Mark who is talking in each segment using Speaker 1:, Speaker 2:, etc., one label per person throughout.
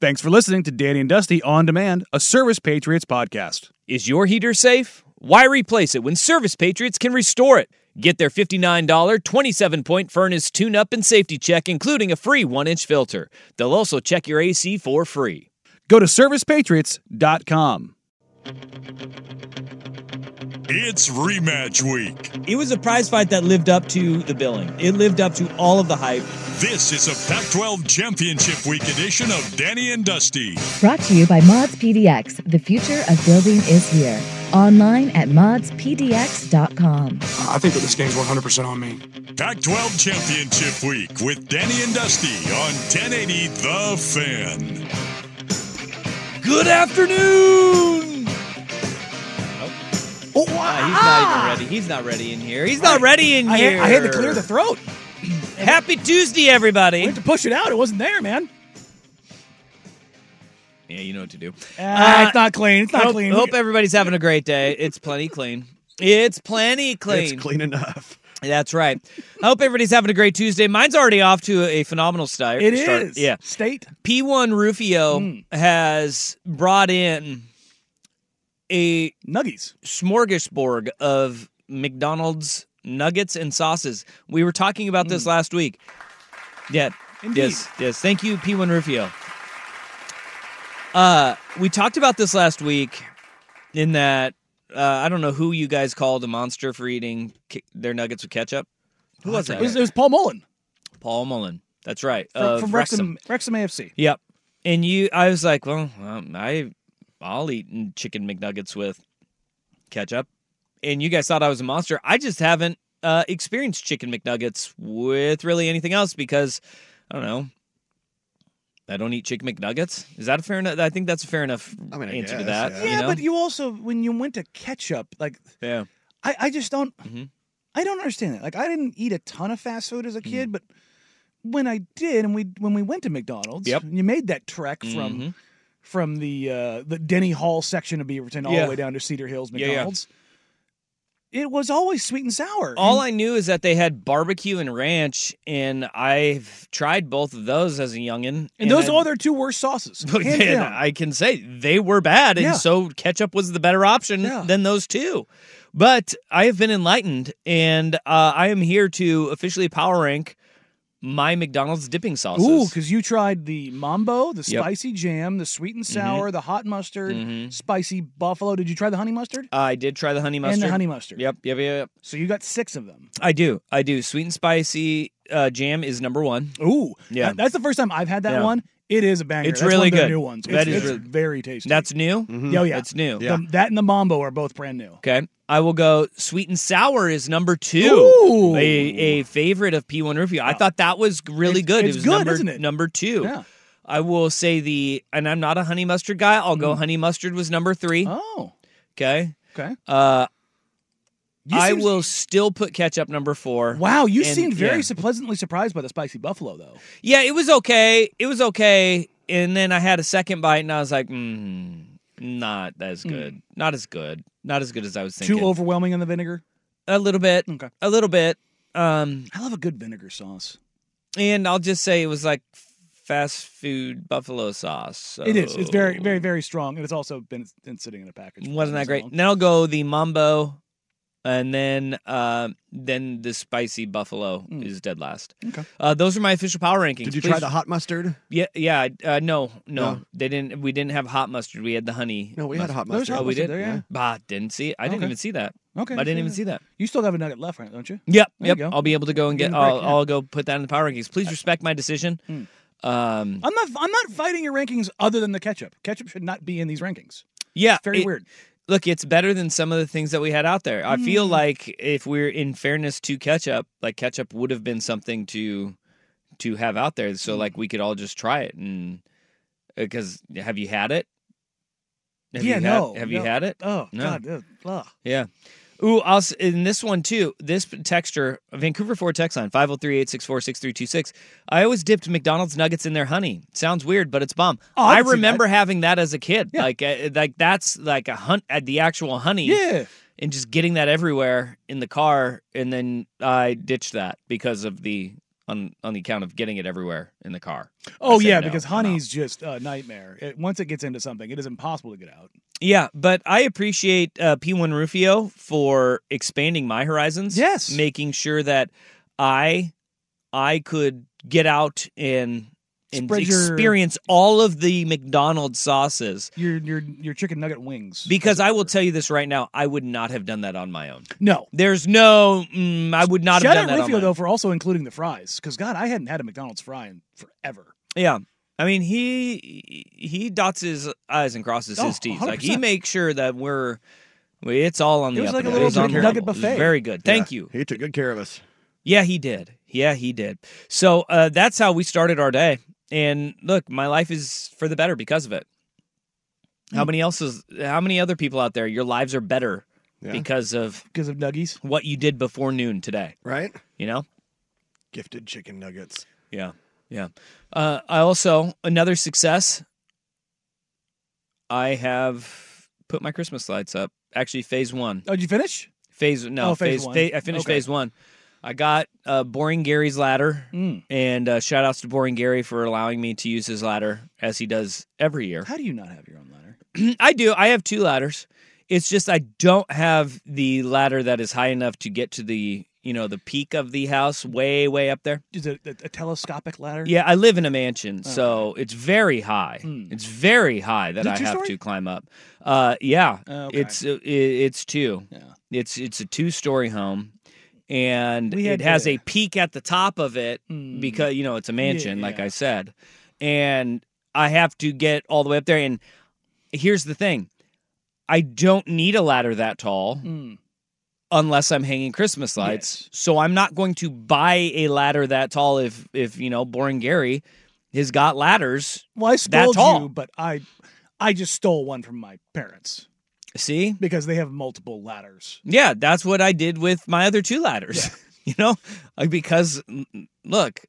Speaker 1: Thanks for listening to Danny and Dusty On Demand, a Service Patriots podcast.
Speaker 2: Is your heater safe? Why replace it when Service Patriots can restore it? Get their $59 27 point furnace tune up and safety check, including a free 1 inch filter. They'll also check your AC for free.
Speaker 1: Go to servicepatriots.com.
Speaker 3: It's rematch week.
Speaker 4: It was a prize fight that lived up to the billing. It lived up to all of the hype.
Speaker 3: This is a Pac 12 Championship Week edition of Danny and Dusty.
Speaker 5: Brought to you by Mods PDX. The future of building is here. Online at modspdx.com.
Speaker 6: I think that this game's 100% on me.
Speaker 3: Pac 12 Championship Week with Danny and Dusty on 1080 The Fan.
Speaker 2: Good afternoon! Oh, wow. he's
Speaker 7: Ah!
Speaker 2: not even ready. He's not ready in here. He's not ready in
Speaker 7: I,
Speaker 2: here.
Speaker 7: I had to clear the throat.
Speaker 2: Happy Tuesday, everybody.
Speaker 7: I had to push it out. It wasn't there, man.
Speaker 2: Yeah, you know what to do. Uh,
Speaker 7: Ah, it's not clean. It's not
Speaker 2: hope,
Speaker 7: clean.
Speaker 2: hope everybody's having a great day. It's plenty clean. It's plenty clean.
Speaker 7: It's clean enough.
Speaker 2: That's right. I hope everybody's having a great Tuesday. Mine's already off to a phenomenal start.
Speaker 7: It is. Hmm.
Speaker 2: start. Yeah.
Speaker 7: State.
Speaker 2: P1 Rufio has brought in a
Speaker 7: Nuggies.
Speaker 2: smorgasbord of McDonald's nuggets and sauces. We were talking about this last week. Yeah.
Speaker 7: Mm. Indeed.
Speaker 2: Yes. Yes. Thank you, P1 Rufio. Uh, we talked about this last week in that uh, I don't know who you guys called a monster for eating ki- their nuggets with ketchup. Who was
Speaker 7: It was, it
Speaker 2: that?
Speaker 7: was Paul Mullen
Speaker 2: Paul Mullen. That's right. Uh,
Speaker 7: from,
Speaker 2: of
Speaker 7: from Wrexham, Wrexham AFC.
Speaker 2: Yep. And you, I was like, well, um, I, I'll eat n- chicken McNuggets with ketchup. And you guys thought I was a monster. I just haven't uh, experienced chicken McNuggets with really anything else because I don't know. I don't eat chicken McNuggets. Is that a fair enough? I think that's a fair enough
Speaker 8: I mean, I
Speaker 2: answer to that.
Speaker 8: guess, yeah.
Speaker 7: Yeah,
Speaker 2: you know?
Speaker 7: but you also when you went to ketchup, like
Speaker 2: yeah.
Speaker 7: I, I just don't
Speaker 2: Mhm.
Speaker 7: I don't understand that. Like I didn't eat a ton of fast food as a
Speaker 2: Mm-hmm.
Speaker 7: kid, but when I did and we when we went to McDonald's,
Speaker 2: Yep.
Speaker 7: you made that trek from
Speaker 2: Mhm.
Speaker 7: from the uh, the Denny Hall section of Beaverton all
Speaker 2: Yeah.
Speaker 7: the way down to Cedar Hills
Speaker 2: Yeah, yeah.
Speaker 7: McDonald's. It was always sweet and sour.
Speaker 2: All
Speaker 7: And
Speaker 2: I knew is that they had barbecue and ranch, and I've tried both of those as a youngin.
Speaker 7: and those
Speaker 2: I-
Speaker 7: are their two worst sauces.
Speaker 2: But
Speaker 7: hands
Speaker 2: then
Speaker 7: down.
Speaker 2: I can say they were bad, and
Speaker 7: Yeah.
Speaker 2: so ketchup was the better option
Speaker 7: Yeah.
Speaker 2: than those two. But I have been enlightened, and uh, I am here to officially power rank my McDonald's dipping sauces.
Speaker 7: Ooh, because you tried the mambo, the
Speaker 2: Yep. Mm-hmm.
Speaker 7: spicy jam, the sweet and sour, the hot mustard,
Speaker 2: Mhm.
Speaker 7: spicy buffalo. Did you try the honey mustard?
Speaker 2: Uh, I did try the honey
Speaker 7: And
Speaker 2: mustard.
Speaker 7: the honey mustard.
Speaker 2: Yep, yep, yep, yep.
Speaker 7: So you got six of them.
Speaker 2: I do, I do. Sweet and spicy uh, jam is number one.
Speaker 7: Ooh,
Speaker 2: Yeah.
Speaker 7: that- that's the first time I've had that
Speaker 2: Yeah.
Speaker 7: one. It is a banger.
Speaker 2: It's
Speaker 7: That's one
Speaker 2: really
Speaker 7: of their
Speaker 2: good.
Speaker 7: New ones.
Speaker 2: That
Speaker 7: It's-
Speaker 2: is
Speaker 7: it's
Speaker 2: really-
Speaker 7: very tasty.
Speaker 2: That's new.
Speaker 7: oh yeah,
Speaker 2: That's new.
Speaker 7: The- that and the mambo are both brand new.
Speaker 2: Okay. I will go sweet and sour is number two.
Speaker 7: Ooh.
Speaker 2: A, a favorite of P1 Review. I thought that was really
Speaker 7: It's-
Speaker 2: good.
Speaker 7: it's
Speaker 2: it was
Speaker 7: good,
Speaker 2: number,
Speaker 7: isn't it?
Speaker 2: number two.
Speaker 7: Yeah.
Speaker 2: I will say the, and I'm not a honey mustard guy. I'll
Speaker 7: Mm.
Speaker 2: go honey mustard was number three.
Speaker 7: Oh,
Speaker 2: Okay.
Speaker 7: okay.
Speaker 2: Uh,
Speaker 7: You
Speaker 2: I
Speaker 7: seemed-
Speaker 2: will still put ketchup number four.
Speaker 7: Wow, you
Speaker 2: and-
Speaker 7: seemed very
Speaker 2: yeah.
Speaker 7: su- pleasantly surprised by the spicy buffalo, though.
Speaker 2: Yeah, it was okay. It was okay. And then I had a second bite and I was like, mm, not as good. Not as good. Not as good as I was thinking.
Speaker 7: Mm. Too overwhelming on the vinegar.
Speaker 2: a little bit.
Speaker 7: Okay.
Speaker 2: A little bit. Um,
Speaker 7: I love a good vinegar sauce.
Speaker 2: and I'll just say it was like fast food buffalo sauce. So
Speaker 7: It is. It's very, very, very strong, and it's also been, been sitting in a package. for
Speaker 2: Oh. wasn't that
Speaker 7: so
Speaker 2: great.
Speaker 7: long.
Speaker 2: Then I'll go the mambo and then uh, then the spicy buffalo is dead last.
Speaker 7: Okay.
Speaker 2: Uh, those are my official power rankings.
Speaker 8: Did you
Speaker 2: Please-
Speaker 8: try the hot mustard?
Speaker 2: Yeah, yeah. Uh, no, no,
Speaker 8: No?
Speaker 2: they didn't. We didn't have hot mustard. We had the honey.
Speaker 8: No, we had hot
Speaker 7: There was
Speaker 8: mustard.
Speaker 7: hot
Speaker 2: Oh, we
Speaker 7: mustard
Speaker 2: did.
Speaker 7: there, yeah.
Speaker 2: Bah, didn't see. I didn't
Speaker 7: Okay.
Speaker 2: even see that.
Speaker 7: Okay,
Speaker 2: I didn't even
Speaker 7: so-
Speaker 2: see that. Hmm.
Speaker 7: You still have a nugget left, right? Don't you?
Speaker 2: Yep,
Speaker 7: There
Speaker 2: yep.
Speaker 7: you go.
Speaker 2: I'll be able to go and
Speaker 7: Give
Speaker 2: get.
Speaker 7: it Uh, mm. a break,
Speaker 2: I'll,
Speaker 7: yeah.
Speaker 2: I'll go put that in the power rankings. Please respect my decision. Um,
Speaker 7: I'm not. I'm not fighting your rankings other than the ketchup. Ketchup should not be in these rankings.
Speaker 2: yeah,
Speaker 7: Very
Speaker 2: Uh, it-
Speaker 7: weird.
Speaker 2: Look, it's better than some of the things that we had out there. I feel
Speaker 7: Mm.
Speaker 2: like if we're in fairness to ketchup, like ketchup would have been something to to have out there, so
Speaker 7: Mm.
Speaker 2: like we could all just try it. And because have you had it? Have
Speaker 7: yeah.
Speaker 2: you
Speaker 7: no.
Speaker 2: Had, have
Speaker 7: no.
Speaker 2: you had it?
Speaker 7: Oh
Speaker 2: No.
Speaker 7: God. ugh, ugh.
Speaker 2: Yeah. Ooh, I'll, s- in this one too, this texture, Vancouver 4 text line, 503 864 6326. I always dipped McDonald's nuggets in their honey. Sounds weird, but it's bomb.
Speaker 7: Oh, I
Speaker 2: I
Speaker 7: can see
Speaker 2: remember having that as a kid.
Speaker 7: Yeah.
Speaker 2: Like, uh, like that's like a hunt at the actual honey.
Speaker 7: Yeah.
Speaker 2: And just getting that everywhere in the car. And then I ditched that because of the, on, on the account of getting it everywhere in the car. I
Speaker 7: Oh
Speaker 2: said
Speaker 7: yeah,
Speaker 2: no,
Speaker 7: because
Speaker 2: I'm out.
Speaker 7: honey's just a nightmare. It, once it gets into something, it is impossible to get out.
Speaker 2: Yeah, but I appreciate uh, P1 Rufio for expanding my horizons.
Speaker 7: Yes.
Speaker 2: making sure that I I could get out and and
Speaker 7: Spread your-
Speaker 2: experience all of the McDonald's sauces.
Speaker 7: Your your your chicken nugget wings.
Speaker 2: Because I will tell you this right now, I would not have done that on my own.
Speaker 7: no.
Speaker 2: There's no, mm, I would not
Speaker 7: Shout
Speaker 2: have done
Speaker 7: out
Speaker 2: that
Speaker 7: Rufio
Speaker 2: on my
Speaker 7: though
Speaker 2: own.
Speaker 7: for also including the fries. Because God, I hadn't had a McDonald's fry in forever.
Speaker 2: Yeah. I mean, he he dots his I's and crosses
Speaker 7: Oh,
Speaker 2: his T's. Like he
Speaker 7: 100%.
Speaker 2: makes sure that we're it's all on
Speaker 7: It
Speaker 2: the
Speaker 7: was
Speaker 2: up
Speaker 7: like
Speaker 2: and
Speaker 7: a
Speaker 2: up.
Speaker 7: little
Speaker 2: It's on the
Speaker 7: McNugget
Speaker 2: level. It was
Speaker 7: buffet.
Speaker 2: Very good. Thank
Speaker 8: Yeah,
Speaker 2: you.
Speaker 8: He took good care of us.
Speaker 2: Yeah, he did. Yeah, he did. So uh, that's how we started our day. And look, my life is for the better because of it.
Speaker 7: Mm.
Speaker 2: How many else is, how many other people out there your lives are better
Speaker 8: Yeah.
Speaker 2: because of
Speaker 7: Because of nuggies.
Speaker 2: what you did before noon today,
Speaker 8: Right?
Speaker 2: you know?
Speaker 8: Gifted chicken nuggets.
Speaker 2: Yeah. Yeah. Uh, I also another success I have put my Christmas lights up. Actually, phase 1.
Speaker 7: Oh, did you finish?
Speaker 2: Phase no,
Speaker 7: Oh, phase
Speaker 2: phase,
Speaker 7: one.
Speaker 2: fa- I finished
Speaker 7: Okay.
Speaker 2: phase 1. I got uh, Boring Gary's ladder.
Speaker 7: Mm.
Speaker 2: And uh, shout outs to Boring Gary for allowing me to use his ladder as he does every year.
Speaker 7: How do you not have your own ladder?
Speaker 2: I do. I have two ladders. It's just I don't have the ladder that is high enough to get to the you know the peak of the house, way way up there.
Speaker 7: Is it a, a telescopic ladder?
Speaker 2: Yeah, I live in a mansion, so it's very high. It's very high that
Speaker 7: Hmm. Is it
Speaker 2: I have
Speaker 7: two-story?
Speaker 2: to climb up. Uh, yeah,
Speaker 7: Oh, okay.
Speaker 2: it's uh, i it's two.
Speaker 7: Yeah.
Speaker 2: It's it's a two story home, and
Speaker 7: We
Speaker 2: it
Speaker 7: had
Speaker 2: has
Speaker 7: to-
Speaker 2: a peak at the top of it
Speaker 7: Mm.
Speaker 2: because you know it's a mansion, like
Speaker 7: yeah.
Speaker 2: I said, and I have to get all the way up there. And here's the thing: I don't need a ladder that tall
Speaker 7: Mm.
Speaker 2: unless I'm hanging Christmas lights. So I'm not going to buy a ladder that tall if if you know Boring Gary has got ladders.
Speaker 7: Well, I stole
Speaker 2: tall.
Speaker 7: you, but I, I just stole one from my parents
Speaker 2: See?
Speaker 7: because they have multiple ladders.
Speaker 2: Yeah, that's what I did with my other two ladders. you know, like because mm, look,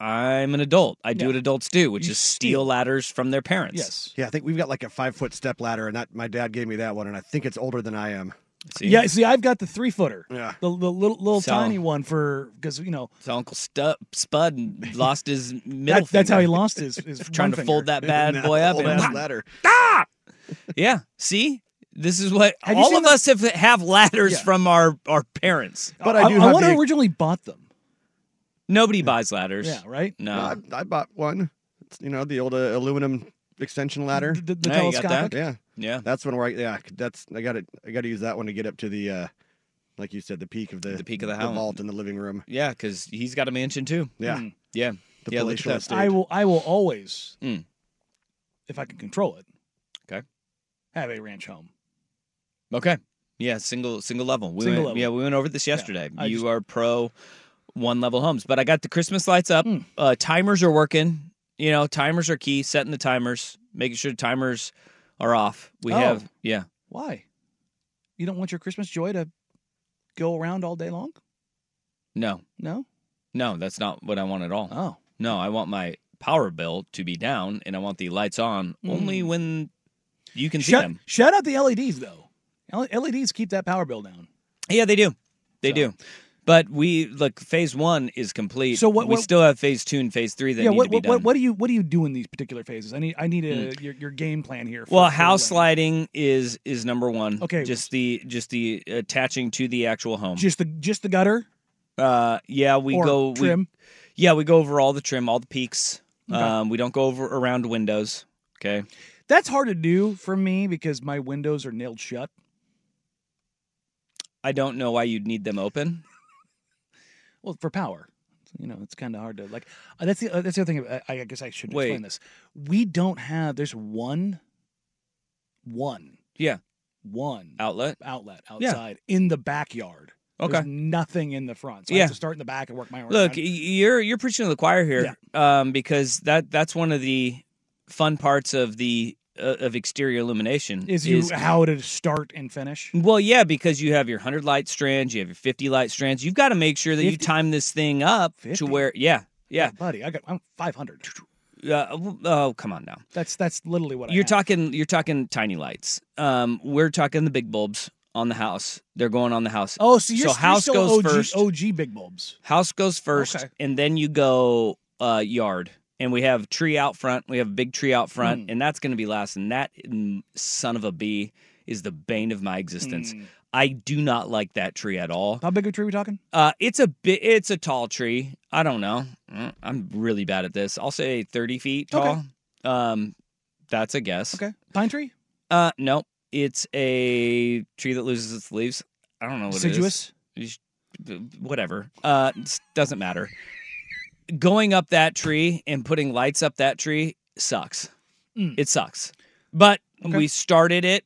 Speaker 2: I'm an adult. I do
Speaker 7: Yeah.
Speaker 2: what adults do, which
Speaker 7: You
Speaker 2: is steal,
Speaker 7: steal.
Speaker 2: ladders from their parents.
Speaker 7: Yes.
Speaker 8: Yeah, I think we've got like a five foot step ladder, and that my dad gave me that one, and I think it's older than I am.
Speaker 2: See?
Speaker 7: Yeah. See, I've got the three footer,
Speaker 8: Yeah.
Speaker 7: the, the little little
Speaker 2: So-
Speaker 7: tiny one for because you know
Speaker 2: So Uncle Stu- Spud lost his middle.
Speaker 7: that, that's how he
Speaker 2: finger
Speaker 7: lost his. his
Speaker 2: Trying
Speaker 7: one
Speaker 2: to fold
Speaker 7: finger.
Speaker 2: that bad
Speaker 8: Nah,
Speaker 2: boy up.
Speaker 8: old
Speaker 2: and-
Speaker 8: ass ladder.
Speaker 2: Yeah. See, this is what
Speaker 7: Have you
Speaker 2: all
Speaker 7: seen
Speaker 2: of
Speaker 7: the-
Speaker 2: us have have ladders
Speaker 7: Yeah.
Speaker 2: from our our parents.
Speaker 8: But I do have
Speaker 7: wonder
Speaker 8: the-
Speaker 7: who originally bought them.
Speaker 2: Nobody buys ladders.
Speaker 7: Yeah. Right.
Speaker 2: No.
Speaker 8: No, I, I bought one. It's, you know, the old uh, aluminum extension ladder.
Speaker 7: The, the- the
Speaker 2: Yeah, you got that.
Speaker 7: telescopic.
Speaker 8: Yeah,
Speaker 2: yeah.
Speaker 8: that's when where I yeah, that's I got to I got to use that one to get up to the uh like you said the peak of the
Speaker 2: The peak of the house.
Speaker 8: vault in the living room.
Speaker 2: Yeah, because he's got a mansion too. Hmm.
Speaker 8: Yeah,
Speaker 7: Mm.
Speaker 2: Yeah. yeah,
Speaker 8: the
Speaker 2: look at
Speaker 8: palatial
Speaker 2: that.
Speaker 8: estate.
Speaker 7: I will. I will always,
Speaker 2: Mm.
Speaker 7: if I can control it.
Speaker 2: Okay.
Speaker 7: Have a ranch home.
Speaker 2: Okay. Yeah, single single level. We
Speaker 7: Single
Speaker 2: went,
Speaker 7: level.
Speaker 2: Yeah, we went over this yesterday.
Speaker 7: I
Speaker 2: you
Speaker 7: just-
Speaker 2: are pro one level homes, but I got the Christmas lights up.
Speaker 7: Mm.
Speaker 2: Uh, timers are working. You know, timers are key. Setting the timers, making sure the timers are off. We
Speaker 7: Oh.
Speaker 2: have yeah.
Speaker 7: Why? You don't want your Christmas joy to go around all day long?
Speaker 2: No,
Speaker 7: No.
Speaker 2: no, that's not what I want at all.
Speaker 7: Oh.
Speaker 2: No, I want my power bill to be down, and I want the lights on only
Speaker 7: Mm.
Speaker 2: when you can see
Speaker 7: Shout,
Speaker 2: them.
Speaker 7: shout E out the LEDs though. L- LEDs keep that power bill down.
Speaker 2: Yeah, they do. They
Speaker 7: So-
Speaker 2: do. But we look. Phase one is complete.
Speaker 7: So what-
Speaker 2: we
Speaker 7: what-
Speaker 2: still have phase two and phase three that
Speaker 7: yeah.
Speaker 2: need
Speaker 7: What,
Speaker 2: to be
Speaker 7: what,
Speaker 2: done.
Speaker 7: what,
Speaker 2: Hmm.
Speaker 7: what do you what do you do in these particular phases? I need I need a your, your game plan here. for-
Speaker 2: well,
Speaker 7: for
Speaker 2: house
Speaker 7: when-
Speaker 2: sliding is is number one.
Speaker 7: Okay.
Speaker 2: just the just the attaching to the actual home.
Speaker 7: Just the just the gutter.
Speaker 2: Uh, yeah, we
Speaker 7: Or
Speaker 2: go we-
Speaker 7: trim?
Speaker 2: yeah, we go over all the trim, all the peaks.
Speaker 7: Okay.
Speaker 2: Um, we don't go over around windows. Okay.
Speaker 7: That's hard to do for me because my windows are nailed shut.
Speaker 2: I don't know why you'd need them open.
Speaker 7: Well, for power, So, you know, it's kind of hard to like. uh, that's the uh, that's the other thing. I, I guess I should
Speaker 2: Wait.
Speaker 7: explain this. We don't have. There's one, one,
Speaker 2: Yeah.
Speaker 7: one
Speaker 2: Outlet.
Speaker 7: outlet
Speaker 2: Yeah.
Speaker 7: outside in the backyard. There's
Speaker 2: Okay.
Speaker 7: nothing in the front. So I
Speaker 2: Yeah.
Speaker 7: have to start in the back and work my way.
Speaker 2: Look, y-
Speaker 7: around.
Speaker 2: you're you're preaching to the choir here, um, because that that's one of the fun parts of the uh, of exterior illumination
Speaker 7: is you how to start and finish?
Speaker 2: Well, yeah, because you have your 100 light strands, you have your 50 light strands. You've got to make sure that you
Speaker 7: 50?
Speaker 2: time this thing up
Speaker 7: 50?
Speaker 2: to where, yeah, yeah.
Speaker 7: buddy, I got I'm 500.
Speaker 2: Uh, w- oh, come on now.
Speaker 7: That's that's literally what I
Speaker 2: You're
Speaker 7: have.
Speaker 2: talking you're talking tiny lights. Um, we're talking the big bulbs on the house. They're going on the house.
Speaker 7: Oh, so you're,
Speaker 2: so
Speaker 7: you're
Speaker 2: house
Speaker 7: still
Speaker 2: goes
Speaker 7: OG,
Speaker 2: first.
Speaker 7: OG big bulbs.
Speaker 2: House goes first,
Speaker 7: Okay.
Speaker 2: and then you go uh, yard. And we have tree out front. We have a big tree out front,
Speaker 7: Hmm.
Speaker 2: and that's going to be last. And that mm, son of a bee is the bane of my existence.
Speaker 7: Hmm.
Speaker 2: I do not like that tree at all.
Speaker 7: How big of a tree are we talking?
Speaker 2: Uh, it's a bit. It's a tall tree. I don't know. Mm, I'm really bad at this. I'll say 30 feet
Speaker 7: Okay.
Speaker 2: tall. Um, that's a guess.
Speaker 7: Okay, pine tree,
Speaker 2: Uh, no, it's a tree that loses its leaves. I don't know what
Speaker 7: deciduous.
Speaker 2: it is. You sh- Whatever. Uh, s- doesn't matter. Going up that tree and putting lights up that tree sucks.
Speaker 7: Mm.
Speaker 2: It sucks. But
Speaker 7: Okay.
Speaker 2: we started it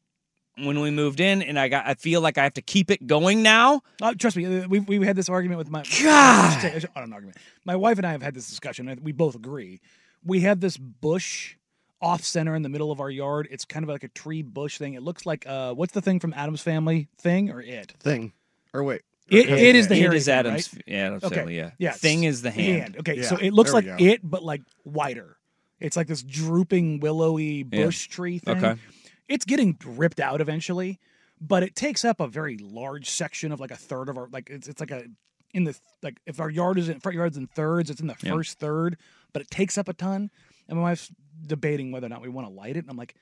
Speaker 2: when we moved in, and I got. I feel like I have to keep it going now.
Speaker 7: Uh, trust me, uh, we we had this argument with my
Speaker 2: God.
Speaker 7: I should- I don't know, argument. My wife and I have had this discussion. and We both agree. We have this bush off center in the middle of our yard. It's kind of like a tree bush thing. It looks like uh, what's the thing from Adam's Family? Thing or it?
Speaker 8: Thing. Or wait.
Speaker 7: It, it is the
Speaker 2: It
Speaker 7: hairy
Speaker 2: is
Speaker 7: thing,
Speaker 2: Adam's.
Speaker 7: right?
Speaker 2: Yeah, Adam's
Speaker 7: Okay.
Speaker 2: family, yeah.
Speaker 7: Yeah,
Speaker 2: Thing
Speaker 7: it's
Speaker 2: is the hand.
Speaker 7: Okay, so
Speaker 8: Yeah,
Speaker 7: it looks
Speaker 8: there
Speaker 7: like
Speaker 8: we go.
Speaker 7: it, but like wider. It's like this drooping willowy
Speaker 2: Yeah.
Speaker 7: bush tree thing.
Speaker 2: Okay.
Speaker 7: It's getting ripped out eventually, but it takes up a very large section of like a third of our like it's it's like a in the like if our yard is in front yards in thirds, it's in the
Speaker 2: Yeah.
Speaker 7: first third, but it takes up a ton. And my wife's debating whether or not we want to light it, and I'm like,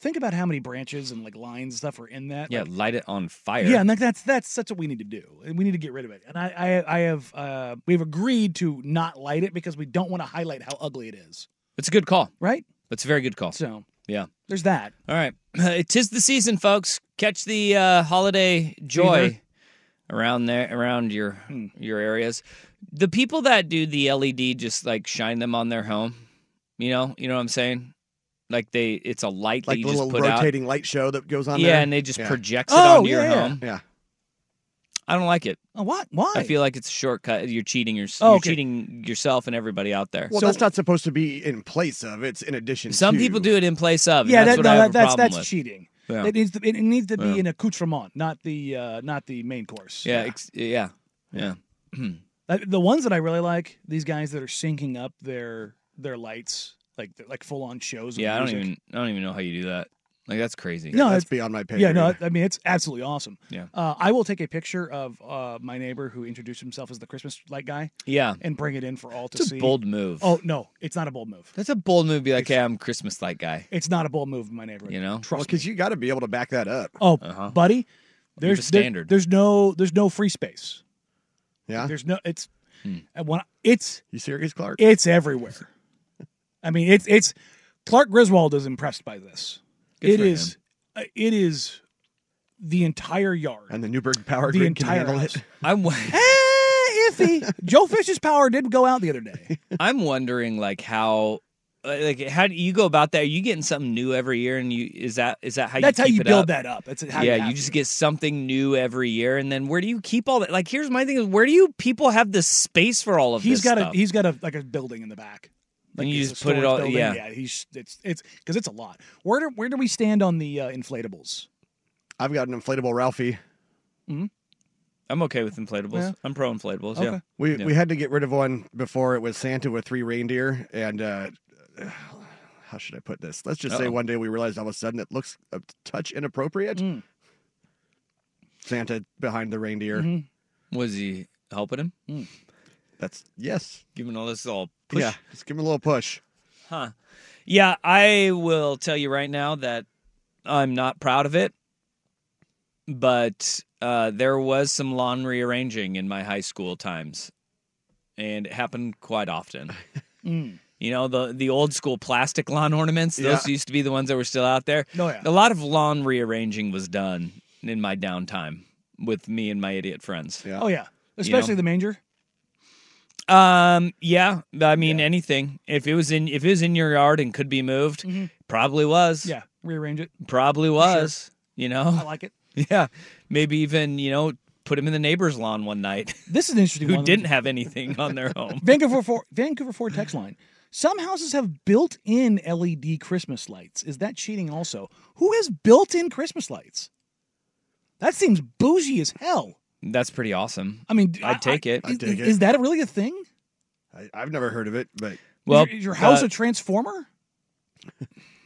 Speaker 7: think about how many branches and like lines and stuff are in that.
Speaker 2: Yeah,
Speaker 7: Like,
Speaker 2: light it on fire.
Speaker 7: yeah, and like that's that's that's what we need to do. And we need to get rid of it. And I I, I have uh, we've agreed to not light it because we don't want to highlight how ugly it is.
Speaker 2: It's a good call.
Speaker 7: Right?
Speaker 2: It's a very good call.
Speaker 7: So
Speaker 2: yeah.
Speaker 7: there's that.
Speaker 2: All right. It is the season, folks. Catch the uh, holiday joy
Speaker 7: Fever. Mm-hmm.
Speaker 2: around there, around your
Speaker 7: Hmm.
Speaker 2: your areas. The people that do the LED just like shine them on their home. You know, you know what I'm saying? Like they, it's a light that
Speaker 8: Like the
Speaker 2: you just
Speaker 8: little
Speaker 2: put
Speaker 8: rotating light show that goes
Speaker 2: out.
Speaker 8: on
Speaker 2: Yeah,
Speaker 8: there.
Speaker 2: and they just
Speaker 8: yeah.
Speaker 2: projects it
Speaker 7: Oh,
Speaker 2: onto your
Speaker 7: yeah, yeah.
Speaker 2: home.
Speaker 8: Yeah.
Speaker 2: I don't like it.
Speaker 7: Oh, what? Why?
Speaker 2: I feel like it's a shortcut. You're cheating. Your,
Speaker 7: Oh,
Speaker 2: you're
Speaker 7: okay.
Speaker 2: cheating yourself and everybody out there.
Speaker 8: Well, that's not supposed to be in place of. It's in addition
Speaker 2: Some
Speaker 8: to.
Speaker 2: people do it in place of. and
Speaker 7: yeah,
Speaker 2: that's
Speaker 7: that,
Speaker 2: what
Speaker 7: no,
Speaker 2: I
Speaker 7: that,
Speaker 2: have a
Speaker 7: that's
Speaker 2: problem
Speaker 7: that's
Speaker 2: with.
Speaker 7: cheating.
Speaker 2: Yeah.
Speaker 7: It needs to, it needs to be
Speaker 2: Yeah.
Speaker 7: an accoutrement, not the uh, not the main course.
Speaker 2: Yeah, ex- yeah, yeah.
Speaker 7: Uh, The ones that I really like, these guys that are syncing up their their lights, like like full on shows. with
Speaker 2: Yeah, I don't
Speaker 7: music.
Speaker 2: even I don't even know how you do that. Like that's crazy.
Speaker 7: No,
Speaker 8: That's
Speaker 7: it's-
Speaker 8: beyond my pay.
Speaker 7: Yeah, no,
Speaker 8: grade.
Speaker 7: I I mean it's absolutely awesome.
Speaker 2: Yeah.
Speaker 7: uh, I will take a picture of uh, my neighbor who introduced himself as the Christmas light guy
Speaker 2: Yeah.
Speaker 7: and bring it in for all to
Speaker 2: It's
Speaker 7: see.
Speaker 2: a bold move.
Speaker 7: Oh no, it's not a bold move.
Speaker 2: That's a bold move. Be like, hey, I'm Christmas light guy.
Speaker 7: It's not a bold move in my neighborhood.
Speaker 2: You know?
Speaker 8: Well,
Speaker 7: trust me.
Speaker 8: because you got to be able to back that up.
Speaker 7: Oh,
Speaker 2: Uh-huh.
Speaker 7: buddy, there's
Speaker 2: a
Speaker 7: there-
Speaker 2: standard.
Speaker 7: there's no there's no free space.
Speaker 8: Yeah.
Speaker 7: There's no it's
Speaker 2: Hmm.
Speaker 7: and when I- it's
Speaker 8: You serious, Clark?
Speaker 7: it's everywhere. I mean, it's it's Clark Griswold is impressed by this.
Speaker 2: Good
Speaker 7: It
Speaker 2: for him.
Speaker 7: is uh it is the entire yard.
Speaker 8: and the Newberg Power
Speaker 7: the
Speaker 8: Grid
Speaker 7: entire
Speaker 8: can handle
Speaker 7: house.
Speaker 8: it.
Speaker 2: I'm wo-
Speaker 7: Eh, iffy. Joe Fish's power did go out the other day.
Speaker 2: I'm wondering like how uh, like how do you go about that? Are you getting something new every year and you is that is that how
Speaker 7: That's
Speaker 2: you
Speaker 7: how
Speaker 2: keep
Speaker 7: you
Speaker 2: it
Speaker 7: build
Speaker 2: up?
Speaker 7: that up. That's how
Speaker 2: yeah,
Speaker 7: you,
Speaker 2: you,
Speaker 7: have
Speaker 2: just
Speaker 7: to.
Speaker 2: get something new every year, and then where do you keep all that? Like, here's my thing: is where do you people have the space for all of
Speaker 7: He's
Speaker 2: this
Speaker 7: got
Speaker 2: stuff?
Speaker 7: a he's got a like a building in the back. Like
Speaker 2: and you
Speaker 7: it's
Speaker 2: just
Speaker 7: a
Speaker 2: put it
Speaker 7: storage
Speaker 2: all.
Speaker 7: building.
Speaker 2: Yeah,
Speaker 7: yeah. He's it's it's because it's a lot. Where do where do we stand on the uh, inflatables?
Speaker 8: I've got an inflatable Ralphie.
Speaker 2: I'm okay with inflatables.
Speaker 7: Yeah.
Speaker 2: I'm pro inflatables. Yeah,
Speaker 7: Okay.
Speaker 8: We
Speaker 2: Yeah.
Speaker 8: we had to get rid of one before it was Santa with three reindeer and uh how should I put this? Let's just say
Speaker 2: Uh-oh.
Speaker 8: one day we realized all of a sudden it looks a touch inappropriate.
Speaker 7: Mm.
Speaker 8: Santa behind the reindeer.
Speaker 7: Mhm.
Speaker 2: was he? helping him?
Speaker 8: That's yes.
Speaker 2: Give him all this all push.
Speaker 8: Yeah, just give him a little push.
Speaker 2: Huh. Yeah, I will tell you right now that I'm not proud of it, but uh, there was some lawn rearranging in my high school times, and it happened quite often.
Speaker 7: Mm.
Speaker 2: You know the the old school plastic lawn ornaments; those
Speaker 7: Yeah.
Speaker 2: used to be the ones that were still out there.
Speaker 7: Oh, yeah.
Speaker 2: A lot of lawn rearranging was done in my downtime with me and my idiot friends.
Speaker 8: Yeah.
Speaker 7: Oh yeah,
Speaker 2: You
Speaker 7: especially
Speaker 2: know?
Speaker 7: the manger.
Speaker 2: Um. Yeah. I mean, anything. If it was in, if it was in your yard and could be moved,
Speaker 7: Mhm.
Speaker 2: probably was.
Speaker 7: Yeah, rearrange it.
Speaker 2: Probably was. You know.
Speaker 7: I like it.
Speaker 2: Yeah. Maybe even you know put him in the neighbor's lawn one night
Speaker 7: This is an interesting
Speaker 2: who
Speaker 7: one.
Speaker 2: didn't have anything on their home.
Speaker 7: Vancouver Ford, Vancouver Ford text line. Some houses have built-in LED Christmas lights. Is that cheating? Also, who has built-in Christmas lights? That seems bougie as hell.
Speaker 2: That's pretty awesome.
Speaker 7: I mean,
Speaker 2: I'd take it.
Speaker 7: I-
Speaker 8: I'd take
Speaker 7: is,
Speaker 8: it.
Speaker 7: is that really a thing? Is
Speaker 8: I, I've never heard of it, but
Speaker 2: Well,
Speaker 7: your, is your house
Speaker 2: uh,
Speaker 7: a transformer?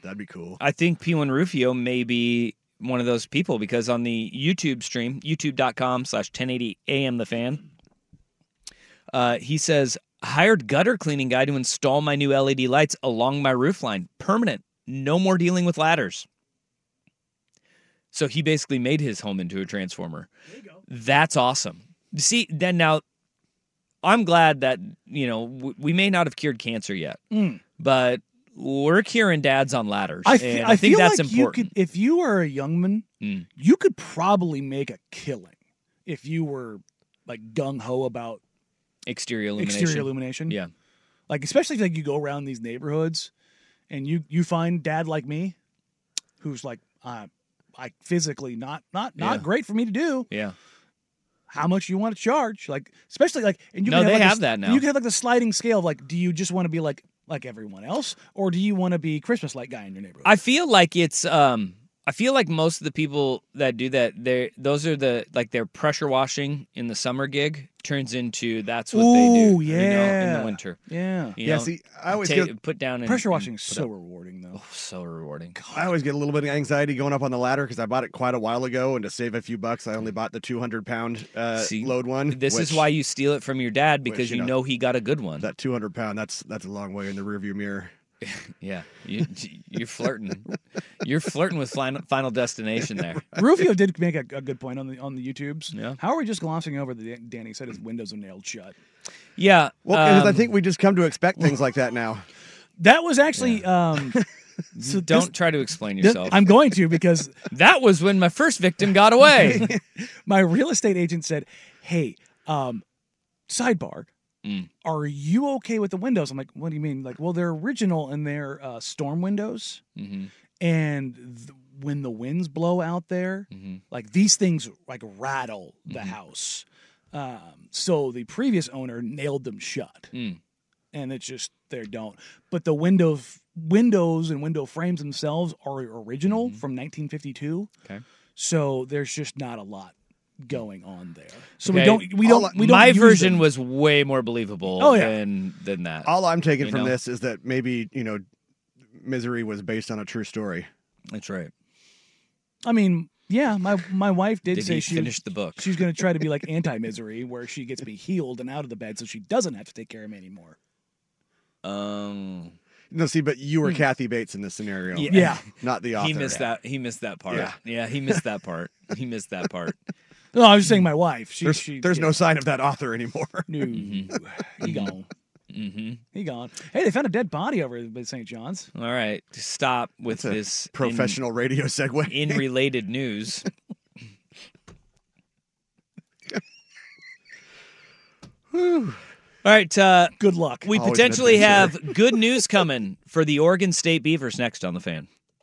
Speaker 8: that'd be cool.
Speaker 2: I think P1 Rufio may be one of those people because on the YouTube stream, youtube.com slash 1080 AM the fan, uh, he says, hired gutter cleaning guy to install my new LED lights along my roof line. Permanent. No more dealing with ladders. So he basically made his home into a transformer. That's awesome. See, then now I'm glad that, you know, w- we may not have cured cancer yet,
Speaker 7: Mm.
Speaker 2: but we're curing dads on ladders.
Speaker 7: I, fe-
Speaker 2: and
Speaker 7: I
Speaker 2: I think
Speaker 7: feel
Speaker 2: that's
Speaker 7: like
Speaker 2: important.
Speaker 7: you could, if you were a young man,
Speaker 2: Mm.
Speaker 7: you could probably make a killing if you were like gung ho about
Speaker 2: Exterior illumination.
Speaker 7: exterior illumination.
Speaker 2: Yeah.
Speaker 7: like especially if like you go around these neighborhoods and you you find dad like me who's like uh like physically not not not
Speaker 2: Yeah.
Speaker 7: great for me to do
Speaker 2: Yeah.
Speaker 7: how much you want to charge like especially like and you
Speaker 2: No,
Speaker 7: can
Speaker 2: they
Speaker 7: like,
Speaker 2: have
Speaker 7: a-
Speaker 2: that now.
Speaker 7: you can have like the sliding scale of like do you just want to be like like everyone else or do you want to be christmas light guy in your neighborhood
Speaker 2: I feel like it's um I feel like most of the people that do that they those are the like their pressure washing in the summer gig turns into that's what they
Speaker 7: Ooh,
Speaker 2: do you know, in
Speaker 7: yeah.
Speaker 2: the winter.
Speaker 7: yeah
Speaker 2: You
Speaker 8: yeah,
Speaker 2: know,
Speaker 8: see, I always
Speaker 2: take-
Speaker 8: get
Speaker 2: put down and,
Speaker 7: pressure
Speaker 2: and
Speaker 7: washing is
Speaker 2: put
Speaker 7: so
Speaker 2: up.
Speaker 7: rewarding though
Speaker 2: Oh, so rewarding.
Speaker 8: I always get a little bit of anxiety going up on the ladder because I bought it quite a while ago, and to save a few bucks, I only bought the 200 pound uh,
Speaker 2: See,
Speaker 8: load one.
Speaker 2: This is
Speaker 8: which-
Speaker 2: why you steal it from your dad because
Speaker 8: which,
Speaker 2: you,
Speaker 8: you
Speaker 2: know,
Speaker 8: know,
Speaker 2: he got a good one.
Speaker 8: that 200 pound that's that's a long way in the rearview mirror.
Speaker 2: yeah, you, you're flirting. you're flirting with final, final destination there.
Speaker 7: Rufio did make a, a good point on the on the YouTubes.
Speaker 2: Yeah.
Speaker 7: How are we just glossing over the Danny said his windows are nailed shut?
Speaker 2: Yeah.
Speaker 8: Well, because I
Speaker 2: um,
Speaker 8: think we just come to expect things like that now.
Speaker 7: That was actually um so
Speaker 2: don't
Speaker 7: this-
Speaker 2: try to explain
Speaker 7: this-
Speaker 2: yourself.
Speaker 7: I'm going to because
Speaker 2: that was when my first victim got away.
Speaker 7: my real estate agent said, "Hey, um, sidebar,
Speaker 2: Mm.
Speaker 7: are you okay with the windows?" I'm like, "What do you mean?" Like, well, they're original and they're uh, storm windows,
Speaker 2: hmm
Speaker 7: and th- when the winds blow out there,
Speaker 2: hmm
Speaker 7: like these things like rattle the
Speaker 2: Mhm.
Speaker 7: house. Um, so the previous owner nailed them shut,
Speaker 2: Mm.
Speaker 7: and it's just they don't. But the window f- windows and window frames themselves are original from 1952.
Speaker 2: Mm-hmm. Okay.
Speaker 7: so there's just not a lot going on there. So we
Speaker 2: Okay.
Speaker 7: don't we
Speaker 8: All
Speaker 7: don't we don't.
Speaker 2: my
Speaker 7: use
Speaker 2: version
Speaker 7: them.
Speaker 2: was way more believable
Speaker 7: Oh, yeah.
Speaker 2: than than that.
Speaker 8: All I'm taking
Speaker 2: You
Speaker 8: from
Speaker 2: know?
Speaker 8: this is that maybe you know, misery was based on a true story.
Speaker 2: That's right.
Speaker 7: I mean, yeah, my my wife did,
Speaker 2: Did
Speaker 7: say
Speaker 2: he
Speaker 7: she
Speaker 2: finish the book?
Speaker 7: she's going to try to be like anti misery, where she gets me healed and out of the bed, so she doesn't have to take care of me anymore.
Speaker 2: Um,
Speaker 8: No, see, but you were
Speaker 7: Hmm.
Speaker 8: Kathy Bates in this scenario.
Speaker 2: Yeah.
Speaker 7: Yeah.
Speaker 8: not the author.
Speaker 2: he missed that. He missed that part. Yeah,
Speaker 8: Yeah.
Speaker 2: he missed that part. he missed that part.
Speaker 7: No, I was just saying my wife. She,
Speaker 8: There's,
Speaker 7: she,
Speaker 8: there's
Speaker 7: yeah.
Speaker 8: no sign of that author anymore.
Speaker 7: No, he gone.
Speaker 2: Mm-hmm.
Speaker 7: He gone. Hey, they found a dead body over at St. John's.
Speaker 2: All right, stop with
Speaker 8: That's a
Speaker 2: this in-
Speaker 8: professional radio segue.
Speaker 2: in related news. All right, uh,
Speaker 7: Good luck.
Speaker 2: we
Speaker 8: Always an
Speaker 2: potentially
Speaker 8: adventure.
Speaker 2: have good news coming for the Oregon State Beavers next on the fan.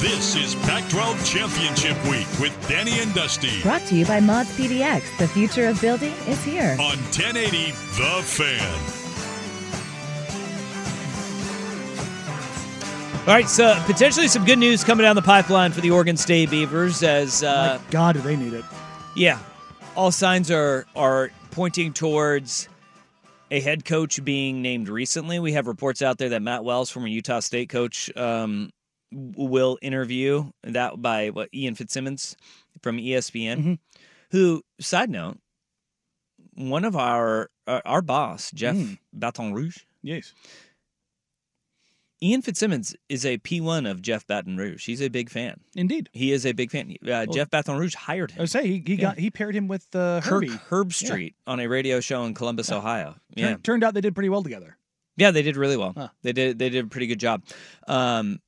Speaker 3: This is Pac 12 Championship Week with Danny and Dusty
Speaker 5: Brought to you by Mods PDX. The future of building is here.
Speaker 3: on 1080 The Fan.
Speaker 2: All right, so potentially some good news coming down the pipeline for the Oregon State Beavers as uh,
Speaker 7: God, do they need it?
Speaker 2: Yeah, all signs are are pointing towards a head coach being named recently. We have reports out there that Matt Wells, former Utah State coach, um, w- will interview that by what Ian Fitzsimmons from E ESPN.
Speaker 7: Mhm.
Speaker 2: Who, side note, one of our our, our boss Jeff
Speaker 7: Mm.
Speaker 2: Baton Rouge,
Speaker 7: Yes.
Speaker 2: Ian Fitzsimmons is a P1 of Jeff Baton Rouge. He's a big fan.
Speaker 7: Indeed.
Speaker 2: He is a big fan. Uh, Jeff Baton Rouge hired him.
Speaker 7: I would say he, he got he paired him with uh,
Speaker 2: Kirk
Speaker 7: Herbie. Yeah.
Speaker 2: Herbstreet on a radio show in Columbus, Ohio.
Speaker 7: Tur-
Speaker 2: Yeah,
Speaker 7: Turned out they did pretty well together.
Speaker 2: yeah, they did really well.
Speaker 7: Huh.
Speaker 2: They did they did a pretty good job. Um,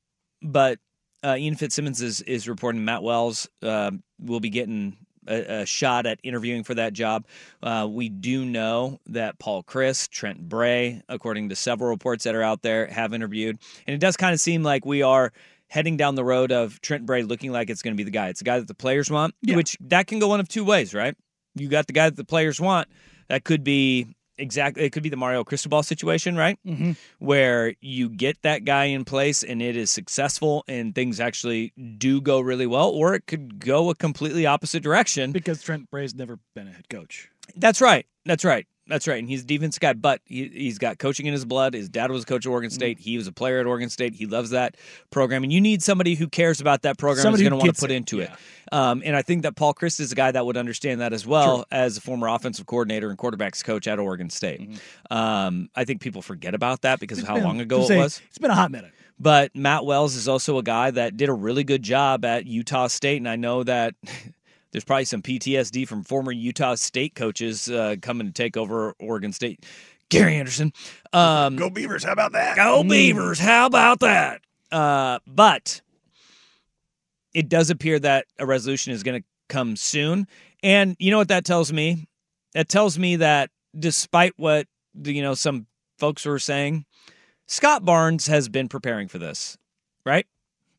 Speaker 2: but uh, Ian Fitzsimmons is is reporting Matt Wells um will be getting a, a shot at interviewing for that job. Uh, we do know that Paul Chris, Trent Bray, according to several reports that are out there, have interviewed, and it does kind of seem like we are. Heading down the road of Trent Bray looking like it's going to be the guy. It's the guy that the players want,
Speaker 7: Yeah.
Speaker 2: which that can go one of two ways, right? You got the guy that the players want. That could be exactly. It could be the Mario Cristobal situation, right?
Speaker 7: Mm-hmm.
Speaker 2: where you get that guy in place and it is successful and things actually do go really well, or it could go a completely opposite direction.
Speaker 7: Because Trent Bray's never been a head coach.
Speaker 2: That's right. That's right. That's right. And he's a defense guy, but he, he's got coaching in his blood. His dad was a coach at Oregon
Speaker 7: Mm-hmm.
Speaker 2: State. He was a player at Oregon State. He loves that program. And you need somebody who cares about that program
Speaker 7: Somebody
Speaker 2: is
Speaker 7: who
Speaker 2: going to want
Speaker 7: gets
Speaker 2: to put
Speaker 7: it.
Speaker 2: into it. Um, and I think that Paul Christ is a guy that would understand that as well as a former offensive coordinator and quarterbacks coach at Oregon State. Um, I think people forget about that because of how
Speaker 7: Been-
Speaker 2: long ago
Speaker 7: to
Speaker 2: it
Speaker 7: say,
Speaker 2: was.
Speaker 7: Mm-hmm. It's been a hot minute.
Speaker 2: But Matt Wells is also a guy that did a really good job at Utah State, and I know that there's probably some PTSD from former Utah State coaches uh, coming to take over Oregon State. Gary Anderson, um,
Speaker 8: Go Beavers! How about that? Mm.
Speaker 2: go Beavers! How about that? Uh, but it does appear that a resolution is going to come soon, and you know what that tells me? That tells me that despite what you know some folks were saying, Scott Barnes has been preparing for this, right?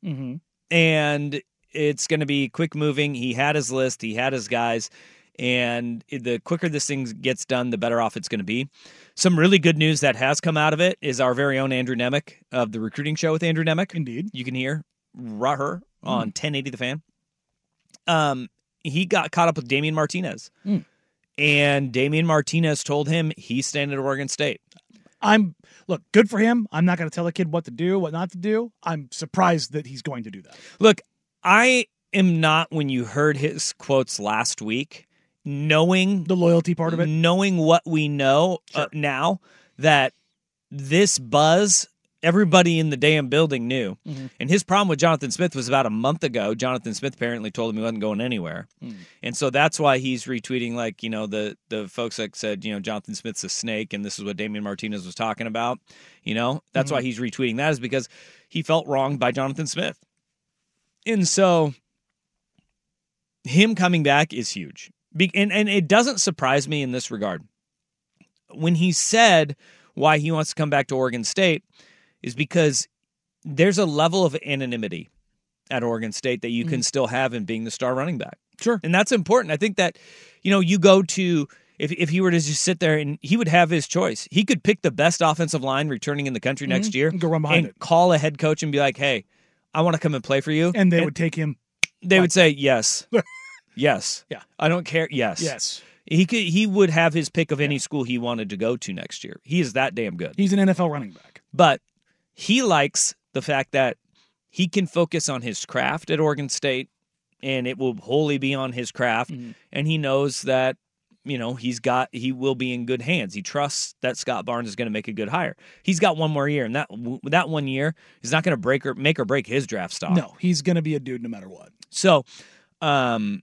Speaker 7: Mm-hmm.
Speaker 2: and it's going to be quick moving. He had his list, he had his guys, and the quicker this thing gets done, the better off it's going to be. Some really good news that has come out of it is our very own Andrew Nemec of the recruiting show with Andrew Nemec.
Speaker 7: Indeed. Mm.
Speaker 2: You can hear Ra- her on 1080 The Fan. Um, he got caught up with Damian Martinez.
Speaker 7: Mm.
Speaker 2: And Damian Martinez told him he's staying at Oregon State.
Speaker 7: I'm look good for him. I'm not going to tell a kid what to do, what not to do. I'm surprised that he's going to do that.
Speaker 2: Look, I am not, when you heard his quotes last week, knowing
Speaker 7: The loyalty part of it.
Speaker 2: knowing what we know uh, now that this buzz everybody in the damn building knew
Speaker 7: Mhm.
Speaker 2: and his problem with jonathan smith was about a month ago jonathan smith apparently told him he wasn't going anywhere
Speaker 7: Mm.
Speaker 2: and so that's why he's retweeting like you know the the folks that said you know jonathan smith's a snake and this is what damian martinez was talking about you know that's
Speaker 7: Mm-hmm.
Speaker 2: why he's retweeting that is because he felt wronged by jonathan smith and so him coming back is huge. Be- and, and it doesn't surprise me in this regard. When he said why he wants to come back to Oregon State is because there's a level of anonymity at Oregon State that you can still have in being the star running back.
Speaker 7: Mm-hmm. Sure.
Speaker 2: And that's important. I think that, you know, you go to if if he were to just sit there and he would have his choice. He could pick the best offensive line returning in the country next year
Speaker 7: Mm-hmm. Go run behind
Speaker 2: and
Speaker 7: it.
Speaker 2: call a head coach and be like, "Hey, I want to come and play for you."
Speaker 7: And they would take him.
Speaker 2: they would say yes, yes,
Speaker 7: Yeah.
Speaker 2: I don't care. Yes,
Speaker 7: Yes.
Speaker 2: He could. He would have his pick of any school he wanted to go to next year. He is that damn good.
Speaker 7: He's an NFL running back.
Speaker 2: But he likes the fact that he can focus on his craft at Oregon State and it will wholly be on his craft. Mm-hmm. And he knows that, you know, he's got, he will be in good hands. He trusts that Scott Barnes is going to make a good hire. He's got one more year, and that that one year is not going to break or make or break his draft stock.
Speaker 7: No, he's going to be a dude no matter what.
Speaker 2: So, um,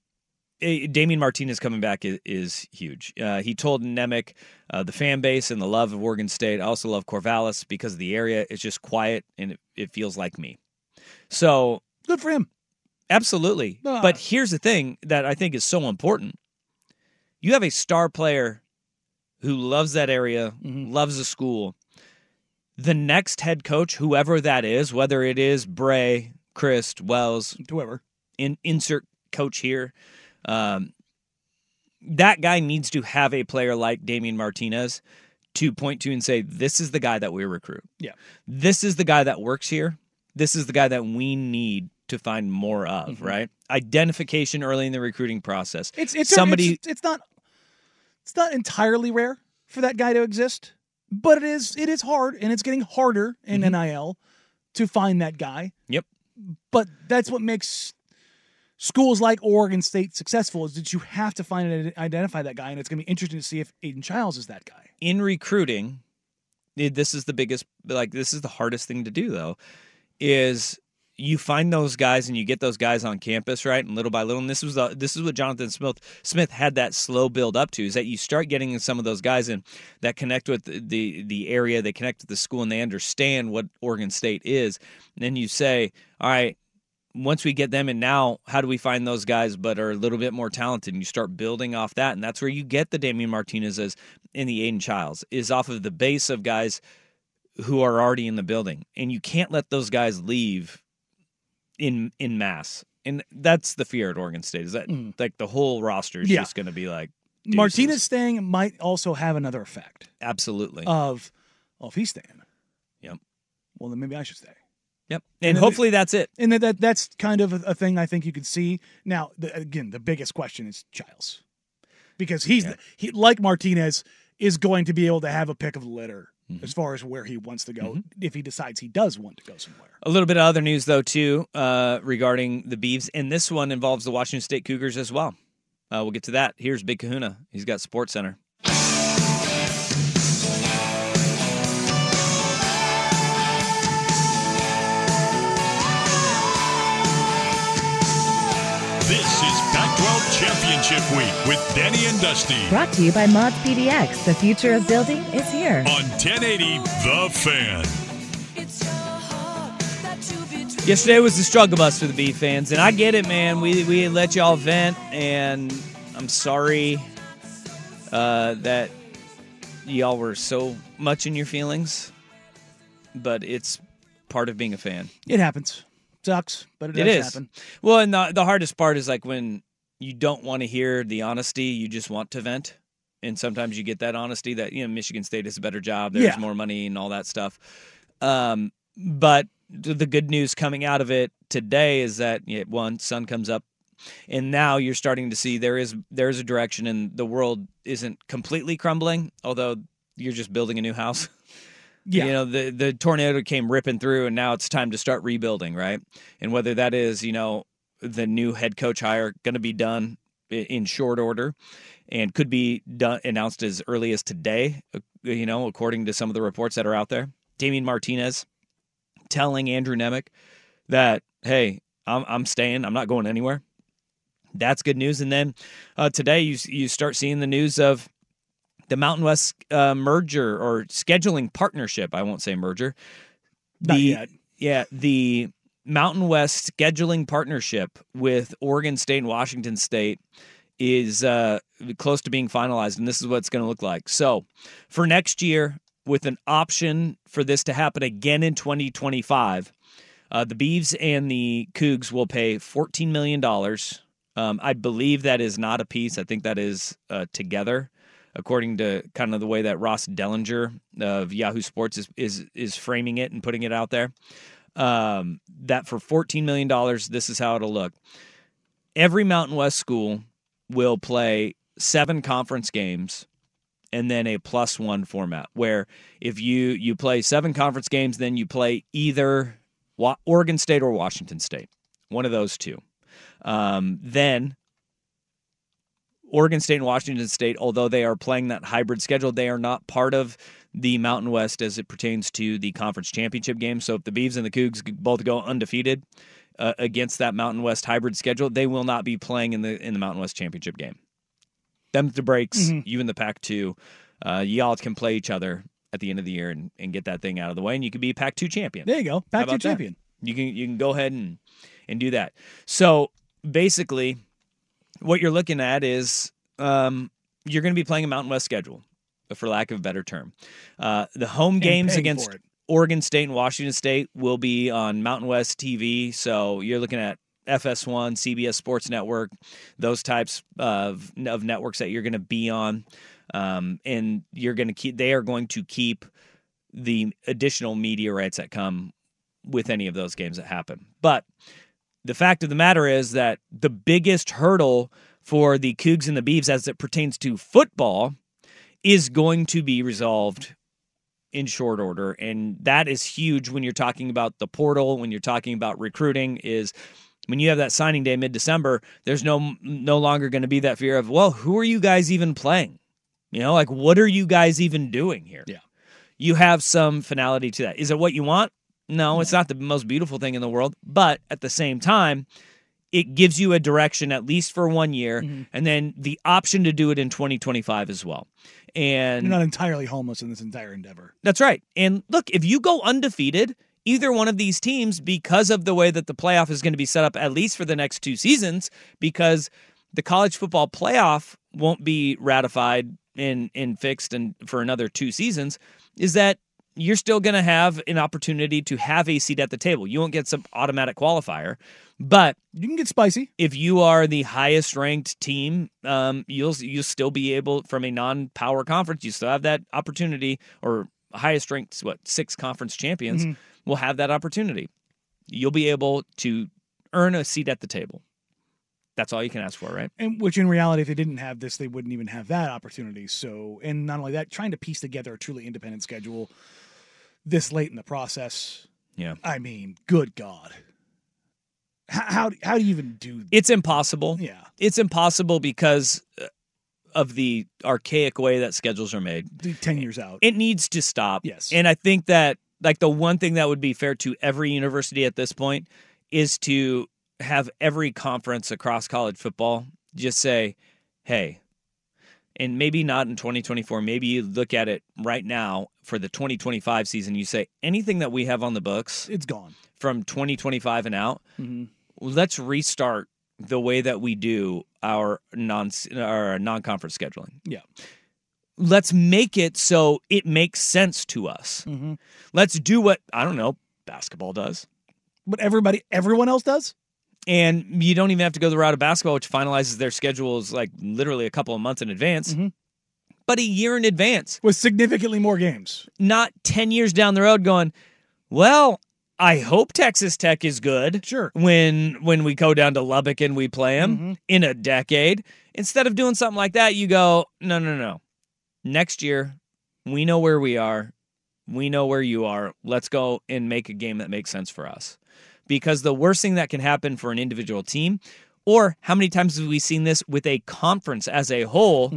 Speaker 2: Damian Martinez coming back is, is huge. Uh, he told Nemec, uh, the fan base and the love of Oregon State. I also love Corvallis because the area. is just quiet and it, it feels like me. So
Speaker 7: good for him.
Speaker 2: Absolutely. Uh, but here's the thing that I think is so important. You have a star player who loves that area, mm-hmm. loves the school. The next head coach, whoever that is, whether it is Bray, Christ, Wells,
Speaker 7: whoever,
Speaker 2: in, insert coach here, um, that guy needs to have a player like Damian Martinez to point to and say, this is the guy that we recruit.
Speaker 7: Yeah.
Speaker 2: This is the guy that works here. This is the guy that we need to find more of, mm-hmm. right? Identification early in the recruiting process.
Speaker 7: It's it's somebody. It's, it's, not. It's not entirely rare for that guy to exist, but it is it is hard, and it's getting harder in mm-hmm. NIL to find that guy.
Speaker 2: Yep.
Speaker 7: But that's what makes schools like Oregon State successful is that you have to find and identify that guy, and it's going to be interesting to see if Aiden Childs is that guy
Speaker 2: in recruiting. This is the biggest, like this is the hardest thing to do though, is you find those guys and you get those guys on campus, right? And little by little, and this was the, this is what Jonathan Smith Smith had that slow build up to is that you start getting some of those guys in that connect with the the area, they connect with the school, and they understand what Oregon State is. And then you say, all right. Once we get them and now how do we find those guys but are a little bit more talented? And you start building off that. And that's where you get the Damian Martinez's and the Aiden Childs, is off of the base of guys who are already in the building. And you can't let those guys leave in in mass. And that's the fear at Oregon State is that mm. like the whole roster is yeah. just going to be like
Speaker 7: deuces. Martinez staying might also have another effect.
Speaker 2: Absolutely.
Speaker 7: Of well, if he's staying,
Speaker 2: yep.
Speaker 7: Well, then maybe I should stay.
Speaker 2: Yep. And, and hopefully
Speaker 7: it,
Speaker 2: that's it.
Speaker 7: And that, that that's kind of a, a, thing I think you could see. Now, the, again, the biggest question is Giles because he's yeah. the, he like Martinez is going to be able to have a pick of litter Mm-hmm. as far as where he wants to go mm-hmm. if he decides he does want to go somewhere.
Speaker 2: A little bit of other news, though, too, uh, regarding the Beavs. And this one involves the Washington State Cougars as well. Uh, we'll get to that. Here's Big Kahuna. He's got Sports Center.
Speaker 3: This is Pac 12 Championship Week with Danny and Dusty.
Speaker 5: Brought to you by Mods PDX. The future of building is here.
Speaker 3: On 1080, The Fan.
Speaker 2: Yesterday was the struggle bus for the B fans, and I get it, man. We, we let y'all vent, and I'm sorry uh, that y'all were so much in your feelings, but it's part of being a fan.
Speaker 7: It happens sucks, but it, it does is. happen.
Speaker 2: Well, and the, the hardest part is like when you don't want to hear the honesty, you just want to vent. And sometimes you get that honesty that, you know, Michigan State is a better job, there's yeah. more money and all that stuff. Um, but the good news coming out of it today is that yeah, one sun comes up and now you're starting to see there is there is a direction and the world isn't completely crumbling although you're just building a new house Yeah. You know, the, the tornado came ripping through and now it's time to start rebuilding, right? And whether that is, you know, the new head coach hire going to be done in short order and could be done, announced as early as today, uh, you know, according to some of the reports that are out there. Damian Martinez telling Andrew Nemec that, hey, I'm, I'm staying, I'm not going anywhere. That's good news. And then uh, today you, you start seeing the news of, the Mountain West uh, merger or scheduling partnership. I won't say merger.
Speaker 7: Not the, yet.
Speaker 2: Yeah, the Mountain West scheduling partnership with Oregon State and Washington State is uh, close to being finalized, and this is what it's going to look like. So, for next year, with an option for this to happen again in 2025, uh, the Beavs and the Cougs will pay 14 million dollars. Um, I believe that is not a piece. I think that is uh, together according to kind of the way that Ross Dellinger of Yahoo Sports is is is framing it and putting it out there. Um, that for fourteen million dollars, this is how it'll look. Every Mountain West school will play seven conference games and then a plus one format where if you you play seven conference games then you play either Wa- Oregon State or Washington State, one of those two. Um, then Oregon State and Washington State, although they are playing that hybrid schedule, they are not part of the Mountain West as it pertains to the conference championship game. So if the Beavs and the Cougs both go undefeated uh, against that Mountain West hybrid schedule, they will not be playing in the in the Mountain West championship game. Them the breaks,
Speaker 7: Mhm.
Speaker 2: you and the Pac two, uh, y'all can play each other at the end of the year and, and get that thing out of the way, and you could be Pac two champion.
Speaker 7: There you go. Back
Speaker 2: How
Speaker 7: to
Speaker 2: about that?
Speaker 7: champion.
Speaker 2: You can you can go ahead and and do that. So basically, what you're looking at is um, you're going to be playing a Mountain West schedule, for lack of a better term. Uh, the home
Speaker 7: And
Speaker 2: games
Speaker 7: paying
Speaker 2: against
Speaker 7: for it.
Speaker 2: Oregon State and Washington State will be on Mountain West TV. So you're looking at FS1, CBS Sports Network, those types of of networks that you're going to be on, um, and you're going to keep. They are going to keep the additional media rights that come with any of those games that happen. But the fact of the matter is that the biggest hurdle for the Cougs and the Beavs as it pertains to football is going to be resolved in short order and that is huge when you're talking about the portal when you're talking about recruiting is when you have that signing day mid-December there's no no longer going to be that fear of well who are you guys even playing you know like what are you guys even doing here yeah you have some finality to that. Is it what you want? No, it's not the most beautiful thing in the world, but at the same time, it gives you a direction at least for one year, and then the option to do it in 2025 as well. And
Speaker 7: You're not entirely homeless in this entire endeavor.
Speaker 2: that's right. And look, if you go undefeated, either one of these teams, because of the way that the playoff is going to be set up, at least for the next two seasons, because the college football playoff won't be ratified and, and fixed and for another two seasons, is that you're still going to have an opportunity to have a seat at the table. You won't get some automatic qualifier, but
Speaker 7: you can get spicy.
Speaker 2: If you are the highest ranked team, um, you'll you'll still be able from a non-power conference. You still have that opportunity, or highest ranked what six conference champions
Speaker 7: Mhm.
Speaker 2: will have that opportunity. You'll be able to earn a seat at the table. That's all you can ask for, right?
Speaker 7: And which in reality, if they didn't have this, they wouldn't even have that opportunity. So, and not only that, trying to piece together a truly independent schedule this late in the process.
Speaker 2: Yeah.
Speaker 7: I mean, good God. How, how, how do you even do that?
Speaker 2: It's impossible.
Speaker 7: Yeah.
Speaker 2: It's impossible because uh, of the archaic way that schedules are made.
Speaker 7: 10 years out?
Speaker 2: It needs to stop.
Speaker 7: Yes.
Speaker 2: And I think that like the one thing that would be fair to every university at this point is to have every conference across college football just say, "Hey, and maybe not in 2024, maybe you look at it right now for the 2025 season, you say anything that we have on the books,
Speaker 7: it's gone
Speaker 2: from 2025 and out.
Speaker 7: Mm-hmm.
Speaker 2: Let's restart the way that we do our non our non-conference scheduling
Speaker 7: Yeah.
Speaker 2: let's make it so it makes sense to us.
Speaker 7: Mhm.
Speaker 2: Let's do what I don't know basketball does,
Speaker 7: But everybody, everyone else does.
Speaker 2: and you don't even have to go the route of basketball, which finalizes their schedules like literally a couple of months in advance, but a year in advance
Speaker 7: with significantly more games.
Speaker 2: Not ten years down the road, going well. I hope Texas Tech is good.
Speaker 7: Sure.
Speaker 2: When when we go down to Lubbock and we play them in a decade, instead of doing something like that, you go, no, no, no. Next year, we know where we are. We know where you are. Let's go and make a game that makes sense for us. Because the worst thing that can happen for an individual team, or how many times have we seen this with a conference as a whole,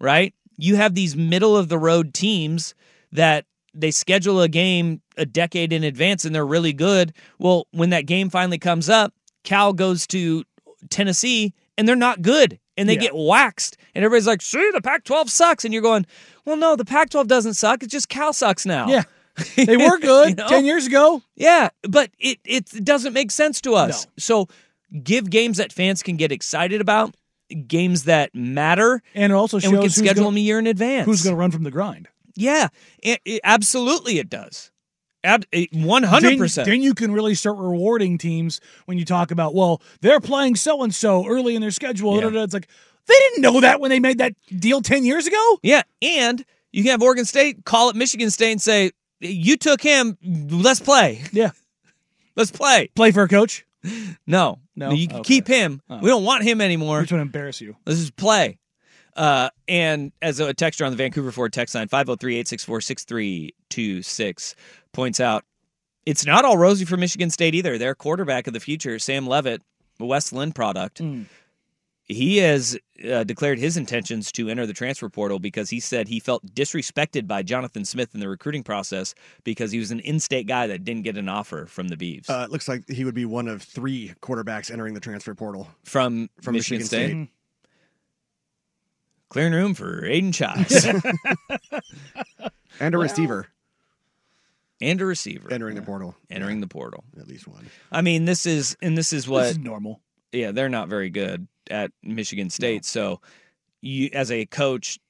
Speaker 2: right? You have these middle of the road teams that they schedule a game a decade in advance and they're really good. Well, when that game finally comes up, Cal goes to Tennessee and they're not good and they
Speaker 4: Yeah.
Speaker 2: get waxed. And everybody's like, see, the Pac 12 sucks. And you're going, well, no, the Pac 12 doesn't suck. It's just Cal sucks now.
Speaker 7: Yeah. They were good
Speaker 2: You know?
Speaker 7: 10 years ago.
Speaker 2: Yeah, but it, it doesn't make sense to us. So give games that fans can get excited about, games that matter.
Speaker 7: And it also
Speaker 2: and we can
Speaker 7: shows who's
Speaker 2: schedule
Speaker 7: gonna-
Speaker 2: them a year in advance.
Speaker 7: Who's going to run from the grind?
Speaker 2: Yeah, it, it- absolutely it does. Ab- it- 100%.
Speaker 7: Then, then you can really start rewarding teams when you talk about, well, they're playing so and so early in their schedule.
Speaker 2: Yeah.
Speaker 7: da, da, da. It's like, they didn't know that when they made that deal 10 years ago.
Speaker 2: Yeah, and you can have Oregon State call up Michigan State and say, "You took him. Let's play.
Speaker 7: Yeah,
Speaker 2: let's play.
Speaker 7: Play for a coach.
Speaker 2: No,
Speaker 7: No?
Speaker 2: You can
Speaker 7: Okay. Oh.
Speaker 2: keep him. We don't want him anymore.
Speaker 7: We're trying to embarrass you.
Speaker 2: Let's just play." Uh, and as a texture oh on the Vancouver Ford text line 503-864-6326 points out, It's not all rosy for Michigan State either. Their quarterback of the future, Sam Levitt, a West Lynn product,
Speaker 8: Hmm.
Speaker 7: Mm.
Speaker 2: he has uh, declared his intentions to enter the transfer portal because he said he felt disrespected by Jonathan Smith in the recruiting process because he was an in-state guy that didn't get an offer from the Beavs
Speaker 8: Uh, it looks like he would be one of three quarterbacks entering the transfer portal.
Speaker 2: from
Speaker 8: From Michigan State. Mhm.
Speaker 7: Hmm.
Speaker 2: Clearing room for Aiden Chives
Speaker 8: And a receiver
Speaker 2: and a receiver
Speaker 8: entering the portal.
Speaker 2: entering the portal.
Speaker 8: At least one.
Speaker 2: I mean, this is and this is what
Speaker 7: This is normal.
Speaker 2: yeah, they're not very good at Michigan State. So, you as a coach,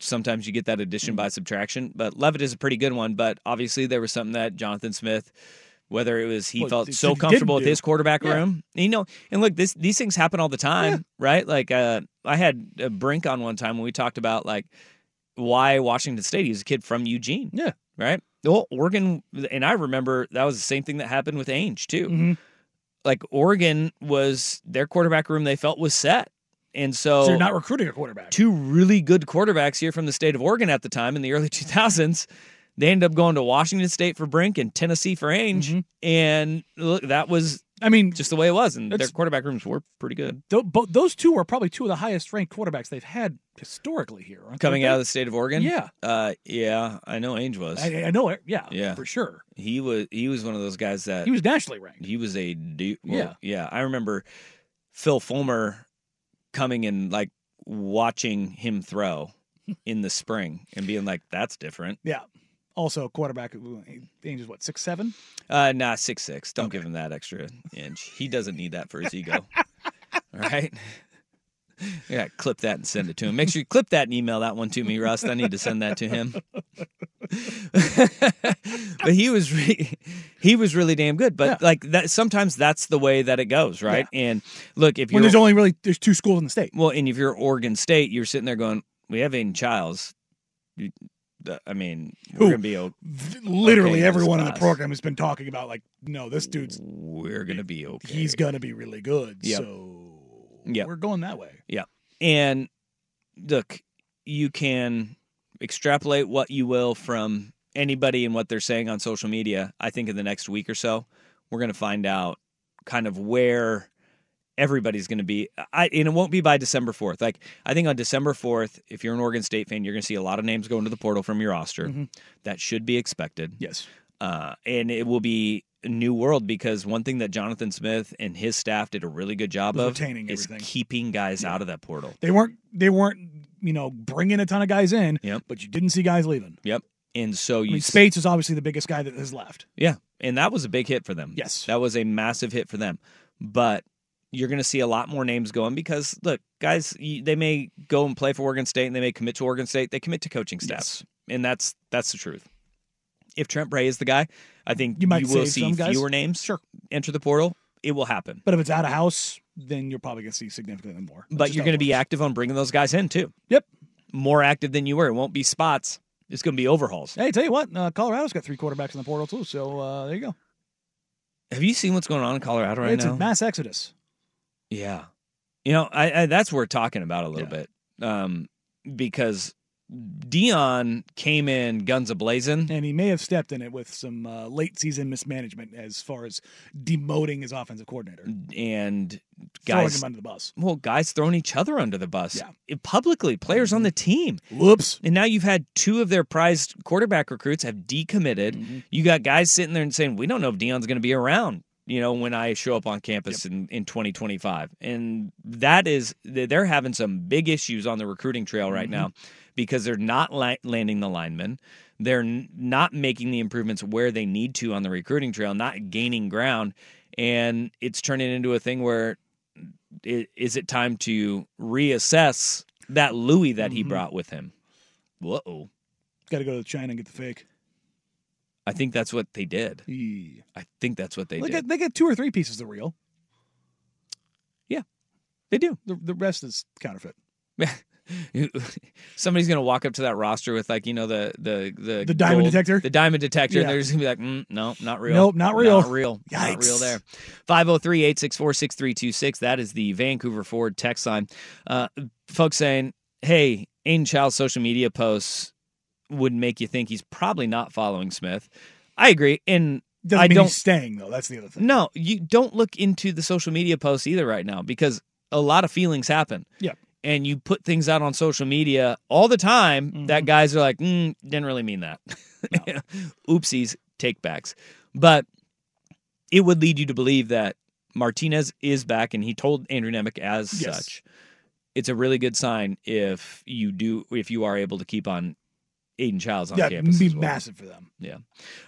Speaker 2: sometimes you get that addition
Speaker 7: Mm-hmm.
Speaker 2: by subtraction. But Levitt is a pretty good one. But obviously, there was something that Jonathan Smith, whether it was he
Speaker 7: Well,
Speaker 2: felt
Speaker 7: th-
Speaker 2: so
Speaker 7: th- didn't
Speaker 2: comfortable with
Speaker 7: do.
Speaker 2: his quarterback
Speaker 7: Yeah.
Speaker 2: room, you know. And look, this these things happen all the time, right? Like, uh, I had a brink on one time when we talked about like why Washington State. He was a kid from Eugene.
Speaker 7: Yeah.
Speaker 2: Right. Well, Oregon, and I remember that was the same thing that happened with Ainge too
Speaker 7: Mhm.
Speaker 2: like Oregon was their quarterback room they felt was set. And so,
Speaker 7: So you're not recruiting a quarterback.
Speaker 2: two really good quarterbacks here from the state of Oregon at the time in the early 2000s. They ended up going to Washington State for Brink and Tennessee for Ainge.
Speaker 7: Mm-hmm.
Speaker 2: And look, that was
Speaker 7: I mean,
Speaker 2: just the way it was. And their
Speaker 7: That's-
Speaker 2: quarterback rooms were pretty good
Speaker 7: Tho- bo- those two are probably two of the highest ranked quarterbacks they've had historically here. aren't
Speaker 2: coming
Speaker 7: they?
Speaker 2: out of the state of Oregon.
Speaker 7: Yeah.
Speaker 2: Uh, yeah, I know Ainge was.
Speaker 7: I, I know it. Yeah,
Speaker 2: Yeah.
Speaker 7: for sure.
Speaker 2: he was he was one of those guys that
Speaker 7: He was nationally ranked.
Speaker 2: He was a dude.
Speaker 7: Yeah.
Speaker 2: Well, yeah. I remember Phil Fulmer coming and like watching him throw in the spring and being like, "That's different."
Speaker 7: Yeah. Also, quarterback. Ainge is what six seven.
Speaker 2: Uh, nah, six six. Don't give him that extra inch. He doesn't need that for his ego. All right. Yeah, clip that and send it to him. Make sure you clip that and email that one to me, Rust. I need to send that to him. but he was re- he was really damn good. But like that, sometimes that's the way that it goes, right? And look, if
Speaker 7: When
Speaker 2: you're
Speaker 7: there's only really there's two schools in the state.
Speaker 2: well, and if you're Oregon State, you're sitting there going, "We have Aiden Childs." You- the- I mean, we're
Speaker 7: Who?
Speaker 2: gonna be o-
Speaker 7: Th- Literally
Speaker 2: Okay, this
Speaker 7: everyone in the
Speaker 2: class.
Speaker 7: program has been talking about like, no, this dude's
Speaker 2: we're gonna be okay.
Speaker 7: he's gonna be really good.
Speaker 2: Yep.
Speaker 7: So
Speaker 2: Yep.
Speaker 7: we're going that way.
Speaker 2: Yeah. And look, you can extrapolate what you will from anybody and what they're saying on social media. I think in the next week or so, we're going to find out kind of where everybody's going to be. I, and it won't be by December 4th. Like, I think on December 4th, if you're an Oregon State fan, you're going to see a lot of names go into the portal from your roster.
Speaker 7: Mhm.
Speaker 2: That should be expected
Speaker 7: Yes.
Speaker 2: uh, and it will be a new world because one thing that Jonathan Smith and his staff did a really good job
Speaker 7: Was
Speaker 2: of
Speaker 7: retaining
Speaker 2: is
Speaker 7: everything.
Speaker 2: keeping guys out of that portal.
Speaker 7: They weren't they weren't, you know, bringing a ton of guys in,
Speaker 2: Yep.
Speaker 7: but you didn't see guys leaving.
Speaker 2: Yep. And so
Speaker 7: I
Speaker 2: you
Speaker 7: mean,
Speaker 2: s-
Speaker 7: Spates is obviously the biggest guy that has left.
Speaker 2: yeah, and that was a big hit for them.
Speaker 7: Yes.
Speaker 2: that was a massive hit for them. But you're going to see a lot more names going because look, guys, y- they may go and play for Oregon State and they may commit to Oregon State. They commit to coaching staffs, and that's that's the truth. If Trent Bray is the guy, I think
Speaker 7: You might
Speaker 2: will
Speaker 7: save
Speaker 2: see
Speaker 7: some guys.
Speaker 2: fewer names
Speaker 7: Sure.
Speaker 2: enter the portal. It will happen.
Speaker 7: But if it's out of house, then you're probably gonna see significantly more. That's
Speaker 2: but
Speaker 7: just
Speaker 2: you're
Speaker 7: how
Speaker 2: going
Speaker 7: it
Speaker 2: to be
Speaker 7: works.
Speaker 2: active on bringing those guys in too.
Speaker 7: Yep.
Speaker 2: More active than you were. It won't be spots. It's going to be overhauls.
Speaker 7: Hey, tell you what, uh, Colorado's got three quarterbacks in the portal too. So uh, there you go.
Speaker 2: Have you seen what's going on in Colorado right
Speaker 7: it's
Speaker 2: now?
Speaker 7: a mass exodus.
Speaker 2: yeah. You know, I, I that's worth talking about a little
Speaker 7: Yeah.
Speaker 2: bit um, because Dion came in guns a blazing.
Speaker 7: And he may have stepped in it with some uh, late season mismanagement as far as demoting his offensive coordinator,
Speaker 2: and
Speaker 7: throwing
Speaker 2: guys,
Speaker 7: him under the bus.
Speaker 2: well, guys throwing each other under the bus
Speaker 7: Yeah. Mm-hmm.
Speaker 2: It- publicly, players on the team.
Speaker 7: Whoops.
Speaker 2: And now you've had two of their prized quarterback recruits have decommitted. You got guys sitting there and saying, "We don't know if Dion's going to be around." You know, when I show up on campus in, in 2025, and that is th- they're having some big issues on the recruiting trail right now because they're not li- landing the linemen, they're n- not making the improvements where they need to on the recruiting trail, not gaining ground, and it's turning into a thing where i- is it time to reassess that Louis that he brought with him? Whoa.
Speaker 7: Got to go to China and get the fake.
Speaker 2: I think that's what they did.
Speaker 7: Eee.
Speaker 2: I think that's what they
Speaker 7: They
Speaker 2: did.
Speaker 7: got, they got two or three pieces of real.
Speaker 2: they do.
Speaker 7: The, the rest is counterfeit.
Speaker 2: Somebody's gonna walk up to that roster with like you know the the the,
Speaker 7: The diamond detector?
Speaker 2: the diamond detector, and
Speaker 7: Yeah.
Speaker 2: they're just gonna be like, mm, no, not real,
Speaker 7: Nope, not real.
Speaker 2: not real, not real.
Speaker 7: Yikes.
Speaker 2: There, 503-864-6326. That is the Vancouver Ford text line. Uh, folks saying, hey, Aiden Child's social media posts would make you think he's probably not following Smith. I agree, and
Speaker 7: Doesn't
Speaker 2: I
Speaker 7: mean
Speaker 2: don't
Speaker 7: he's staying though. That's the other thing.
Speaker 2: No, you don't look into the social media posts either right now because a lot of feelings happen.
Speaker 7: Yeah.
Speaker 2: And you put things out on social media all the time
Speaker 7: Mm-hmm.
Speaker 2: that guys are like, mm, didn't really mean that. Oopsies, take backs. But it would lead you to believe that Martinez is back, and he told Andrew Nemec as
Speaker 7: Yes.
Speaker 2: such. It's a really good sign if you do if you are able to keep on Aiden Childs on
Speaker 7: Yeah,
Speaker 2: campus.
Speaker 7: be
Speaker 2: as well.
Speaker 7: massive for them.
Speaker 2: Yeah.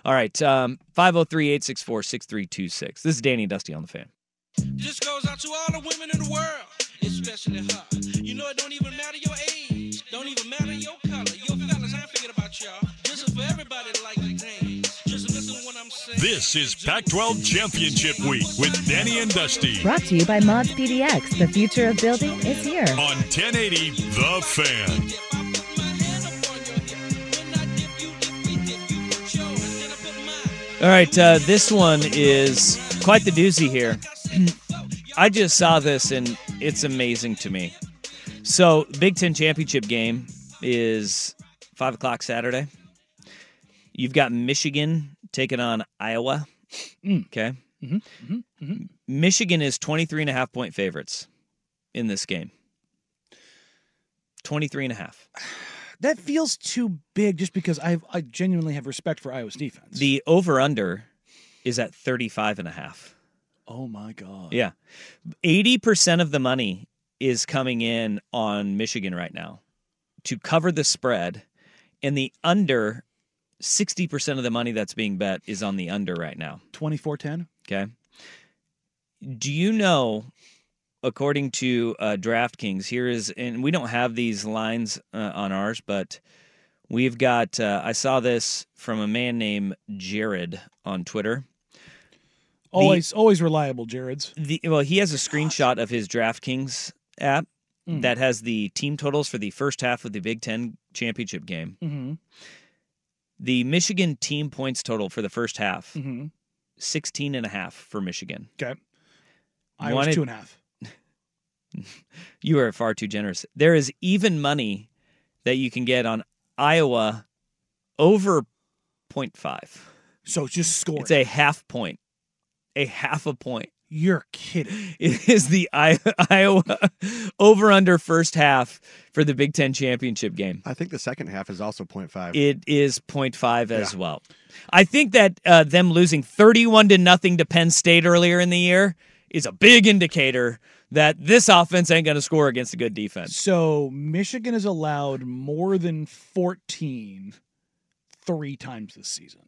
Speaker 2: All right. Um, 503-864-6326. This is Danny and Dusty on the fan.
Speaker 9: This goes out to all the women in the world, especially her. You know, it don't even matter your age, don't even matter your color. Your fellas, I ain't forget about y'all. This is for everybody that like the things. Just listen when I'm saying.
Speaker 3: This is Pac 12 Championship Week with Danny and Dusty
Speaker 5: Brought to you by Mods PDX. The future of building is here.
Speaker 3: on 1080 The Fan.
Speaker 2: All right. Uh, this one is quite the doozy here. I just saw this and it's amazing to me. So, Big Ten championship game is five o'clock Saturday. You've got Michigan taking on Iowa. Okay. Michigan is 23 and a half point favorites in this game. 23 and a half.
Speaker 7: That feels too big just because I I genuinely have respect for Iowa's defense.
Speaker 2: The over under is at 35 and a half.
Speaker 7: Oh my god.
Speaker 2: Yeah. 80% of the money is coming in on Michigan right now to cover the spread and the under 60% of the money that's being bet is on the under right now.
Speaker 7: 24-10?
Speaker 2: Okay. Do you know, according to uh, DraftKings, here is, and we don't have these lines uh, on ours, but we've got, uh, I saw this from a man named Jared on Twitter. The-
Speaker 7: Always always reliable, Jared's.
Speaker 2: the well, he has a screenshot of his DraftKings app
Speaker 7: Mm.
Speaker 2: that has the team totals for the first half of the Big Ten championship game.
Speaker 7: Mm-hmm.
Speaker 2: The Michigan team points total for the first half,
Speaker 7: Mm-hmm.
Speaker 2: 16 and a half for Michigan.
Speaker 7: Okay. Iowa's two and a half.
Speaker 2: You are far too generous. There is even money that you can get on Iowa over 0.5.
Speaker 7: So just score.
Speaker 2: It's a half point. A half a point.
Speaker 7: You're kidding.
Speaker 2: It is the I- Iowa over under first half for the Big Ten championship game.
Speaker 8: I think the second half is also 0.5.
Speaker 2: It is 0.5 as well. I think that uh, them losing 31 to nothing to Penn State earlier in the year is a big indicator that this offense ain't going to score against a good defense.
Speaker 7: So Michigan is allowed more than 14 three times this season.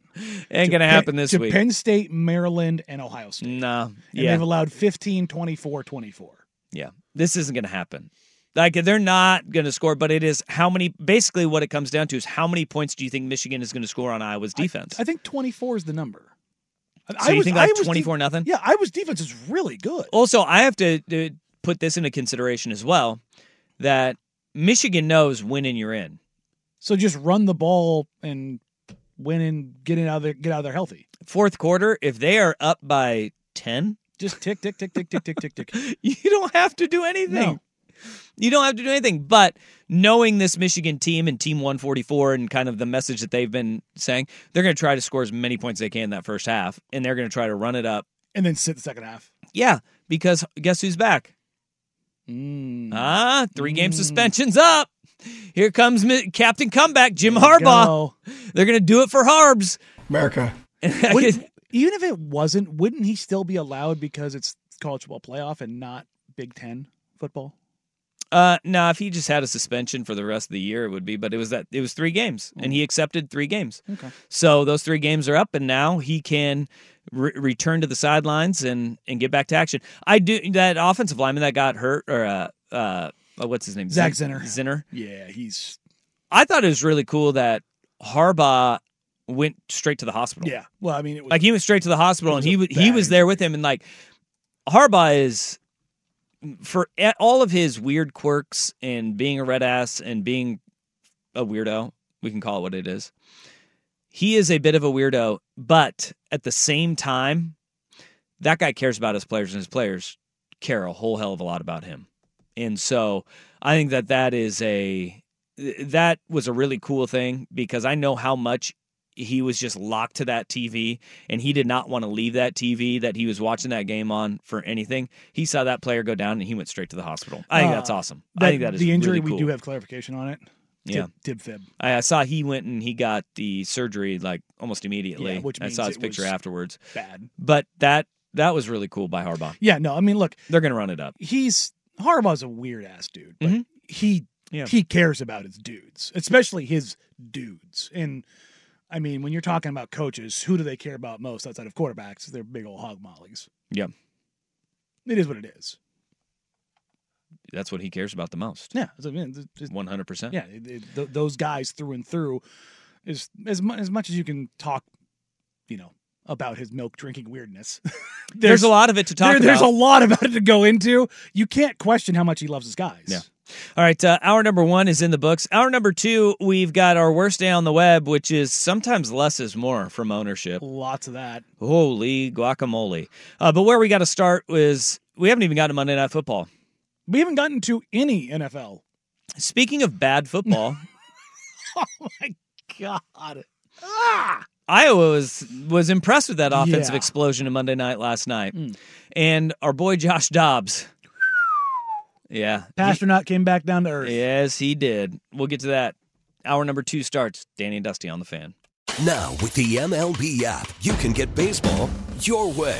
Speaker 2: Ain't going to
Speaker 7: Pe-
Speaker 2: happen this
Speaker 7: to
Speaker 2: week.
Speaker 7: Penn State, Maryland, and Ohio State.
Speaker 2: no.
Speaker 7: And
Speaker 2: Yeah.
Speaker 7: they've allowed 15, 24, 24.
Speaker 2: Yeah. This isn't going to happen. Like they're not going to score, but it is how many basically what it comes down to is how many points do you think Michigan is going to score on Iowa's defense?
Speaker 7: I think 24 is the number. So
Speaker 2: you think like 24 nothing?
Speaker 7: Yeah, Iowa's defense is really good.
Speaker 2: Also, I have to uh, put this into consideration as well that Michigan knows when and you're in.
Speaker 7: So just run the ball and win and get in out of there, get out of there healthy.
Speaker 2: Fourth quarter, if they are up by 10,
Speaker 7: Just tick, tick, tick, tick, tick, tick, tick, tick.
Speaker 2: you don't have to do anything. You don't have to do anything. But knowing this Michigan team and Team 144 and kind of the message that they've been saying, they're going to try to score as many points as they can in that first half, and they're going to try to run it up.
Speaker 7: And then sit the second half.
Speaker 2: Yeah, because guess who's back?
Speaker 7: Mm.
Speaker 2: Ah, three game suspensions up. Here comes Mi- Captain Comeback, Jim Harbaugh.
Speaker 7: go.
Speaker 2: They're going to do it for Harbs.
Speaker 7: America. Wouldn't- even if it wasn't, wouldn't he still be allowed because it's college football playoff and not Big Ten football?
Speaker 2: Uh, no, if he just had a suspension for the rest of the year, it would be. But it was that it was three games, and he accepted three games.
Speaker 7: Mm. Okay.
Speaker 2: So those three games are up, and now he can re- return to the sidelines and and get back to action. I do that offensive lineman that got hurt, or uh, uh, uh, what's his name?
Speaker 7: Zach
Speaker 2: Zin-
Speaker 7: Zinner.
Speaker 2: Zinner.
Speaker 7: Yeah, he's
Speaker 2: I thought it was really cool that Harbaugh went straight to the hospital.
Speaker 7: yeah. Well, I mean, it was,
Speaker 2: Like he went straight to the hospital, and he was he was there with him, and like Harbaugh is for a- all of his weird quirks and being a red ass and being a weirdo. We can call it what it is. He is a bit of a weirdo, but at the same time, that guy cares about his players, and his players care a whole hell of a lot about him. And so I think that that is a that was a really cool thing because I know how much he was just locked to that TV and he did not want to leave that TV that he was watching that game on for anything. He saw that player go down and he went straight to the hospital. I think
Speaker 7: Uh,
Speaker 2: that's awesome. I think that is
Speaker 7: the injury.
Speaker 2: really cool.
Speaker 7: We do have clarification on it. Dib-
Speaker 2: Yeah.
Speaker 7: dib fib.
Speaker 2: I, I saw he went and he got the surgery like almost immediately.
Speaker 7: Yeah, which
Speaker 2: I
Speaker 7: means
Speaker 2: saw his
Speaker 7: it
Speaker 2: picture
Speaker 7: was
Speaker 2: afterwards.
Speaker 7: bad.
Speaker 2: But that that was really cool by Harbaugh.
Speaker 7: Yeah, no, I mean, look,
Speaker 2: They're gonna run it up.
Speaker 7: he's Harbaugh's a weird ass dude, but
Speaker 2: Mhm.
Speaker 7: he
Speaker 2: Yeah.
Speaker 7: he cares about his dudes, especially his dudes. And I mean, when you're talking about coaches, who do they care about most outside of quarterbacks? They're big old hog mollies.
Speaker 2: Yeah.
Speaker 7: It is what it is.
Speaker 2: That's what he cares about the most.
Speaker 7: Yeah, I mean, it's- it's-
Speaker 2: One hundred percent.
Speaker 7: yeah, it- it- th- those guys through and through. Is as mu- as much as you can talk, you know, about his milk drinking weirdness.
Speaker 2: There's a lot of it to talk
Speaker 7: there- There's a
Speaker 2: about.
Speaker 7: lot about it to go into. You can't question how much he loves his guys.
Speaker 2: Yeah. All right, uh, hour number one is in the books. Hour number two, we've got our worst day on the web, which is sometimes less is more from ownership.
Speaker 7: Lots of that.
Speaker 2: Holy guacamole! Uh, but where we got to start is we haven't even gotten to Monday Night Football.
Speaker 7: We haven't gotten to any NFL.
Speaker 2: Speaking of bad football,
Speaker 7: Oh my god. Ah!
Speaker 2: Iowa was was impressed with that offensive
Speaker 7: Yeah.
Speaker 2: explosion in Monday night last night,
Speaker 7: Mm.
Speaker 2: and our boy Josh Dobbs. yeah, he-
Speaker 7: Pasternak came back down to earth.
Speaker 2: yes, he did. We'll get to that. Hour number two starts. Danny and Dusty on the fan.
Speaker 10: Now, with the MLB app, you can get baseball your way.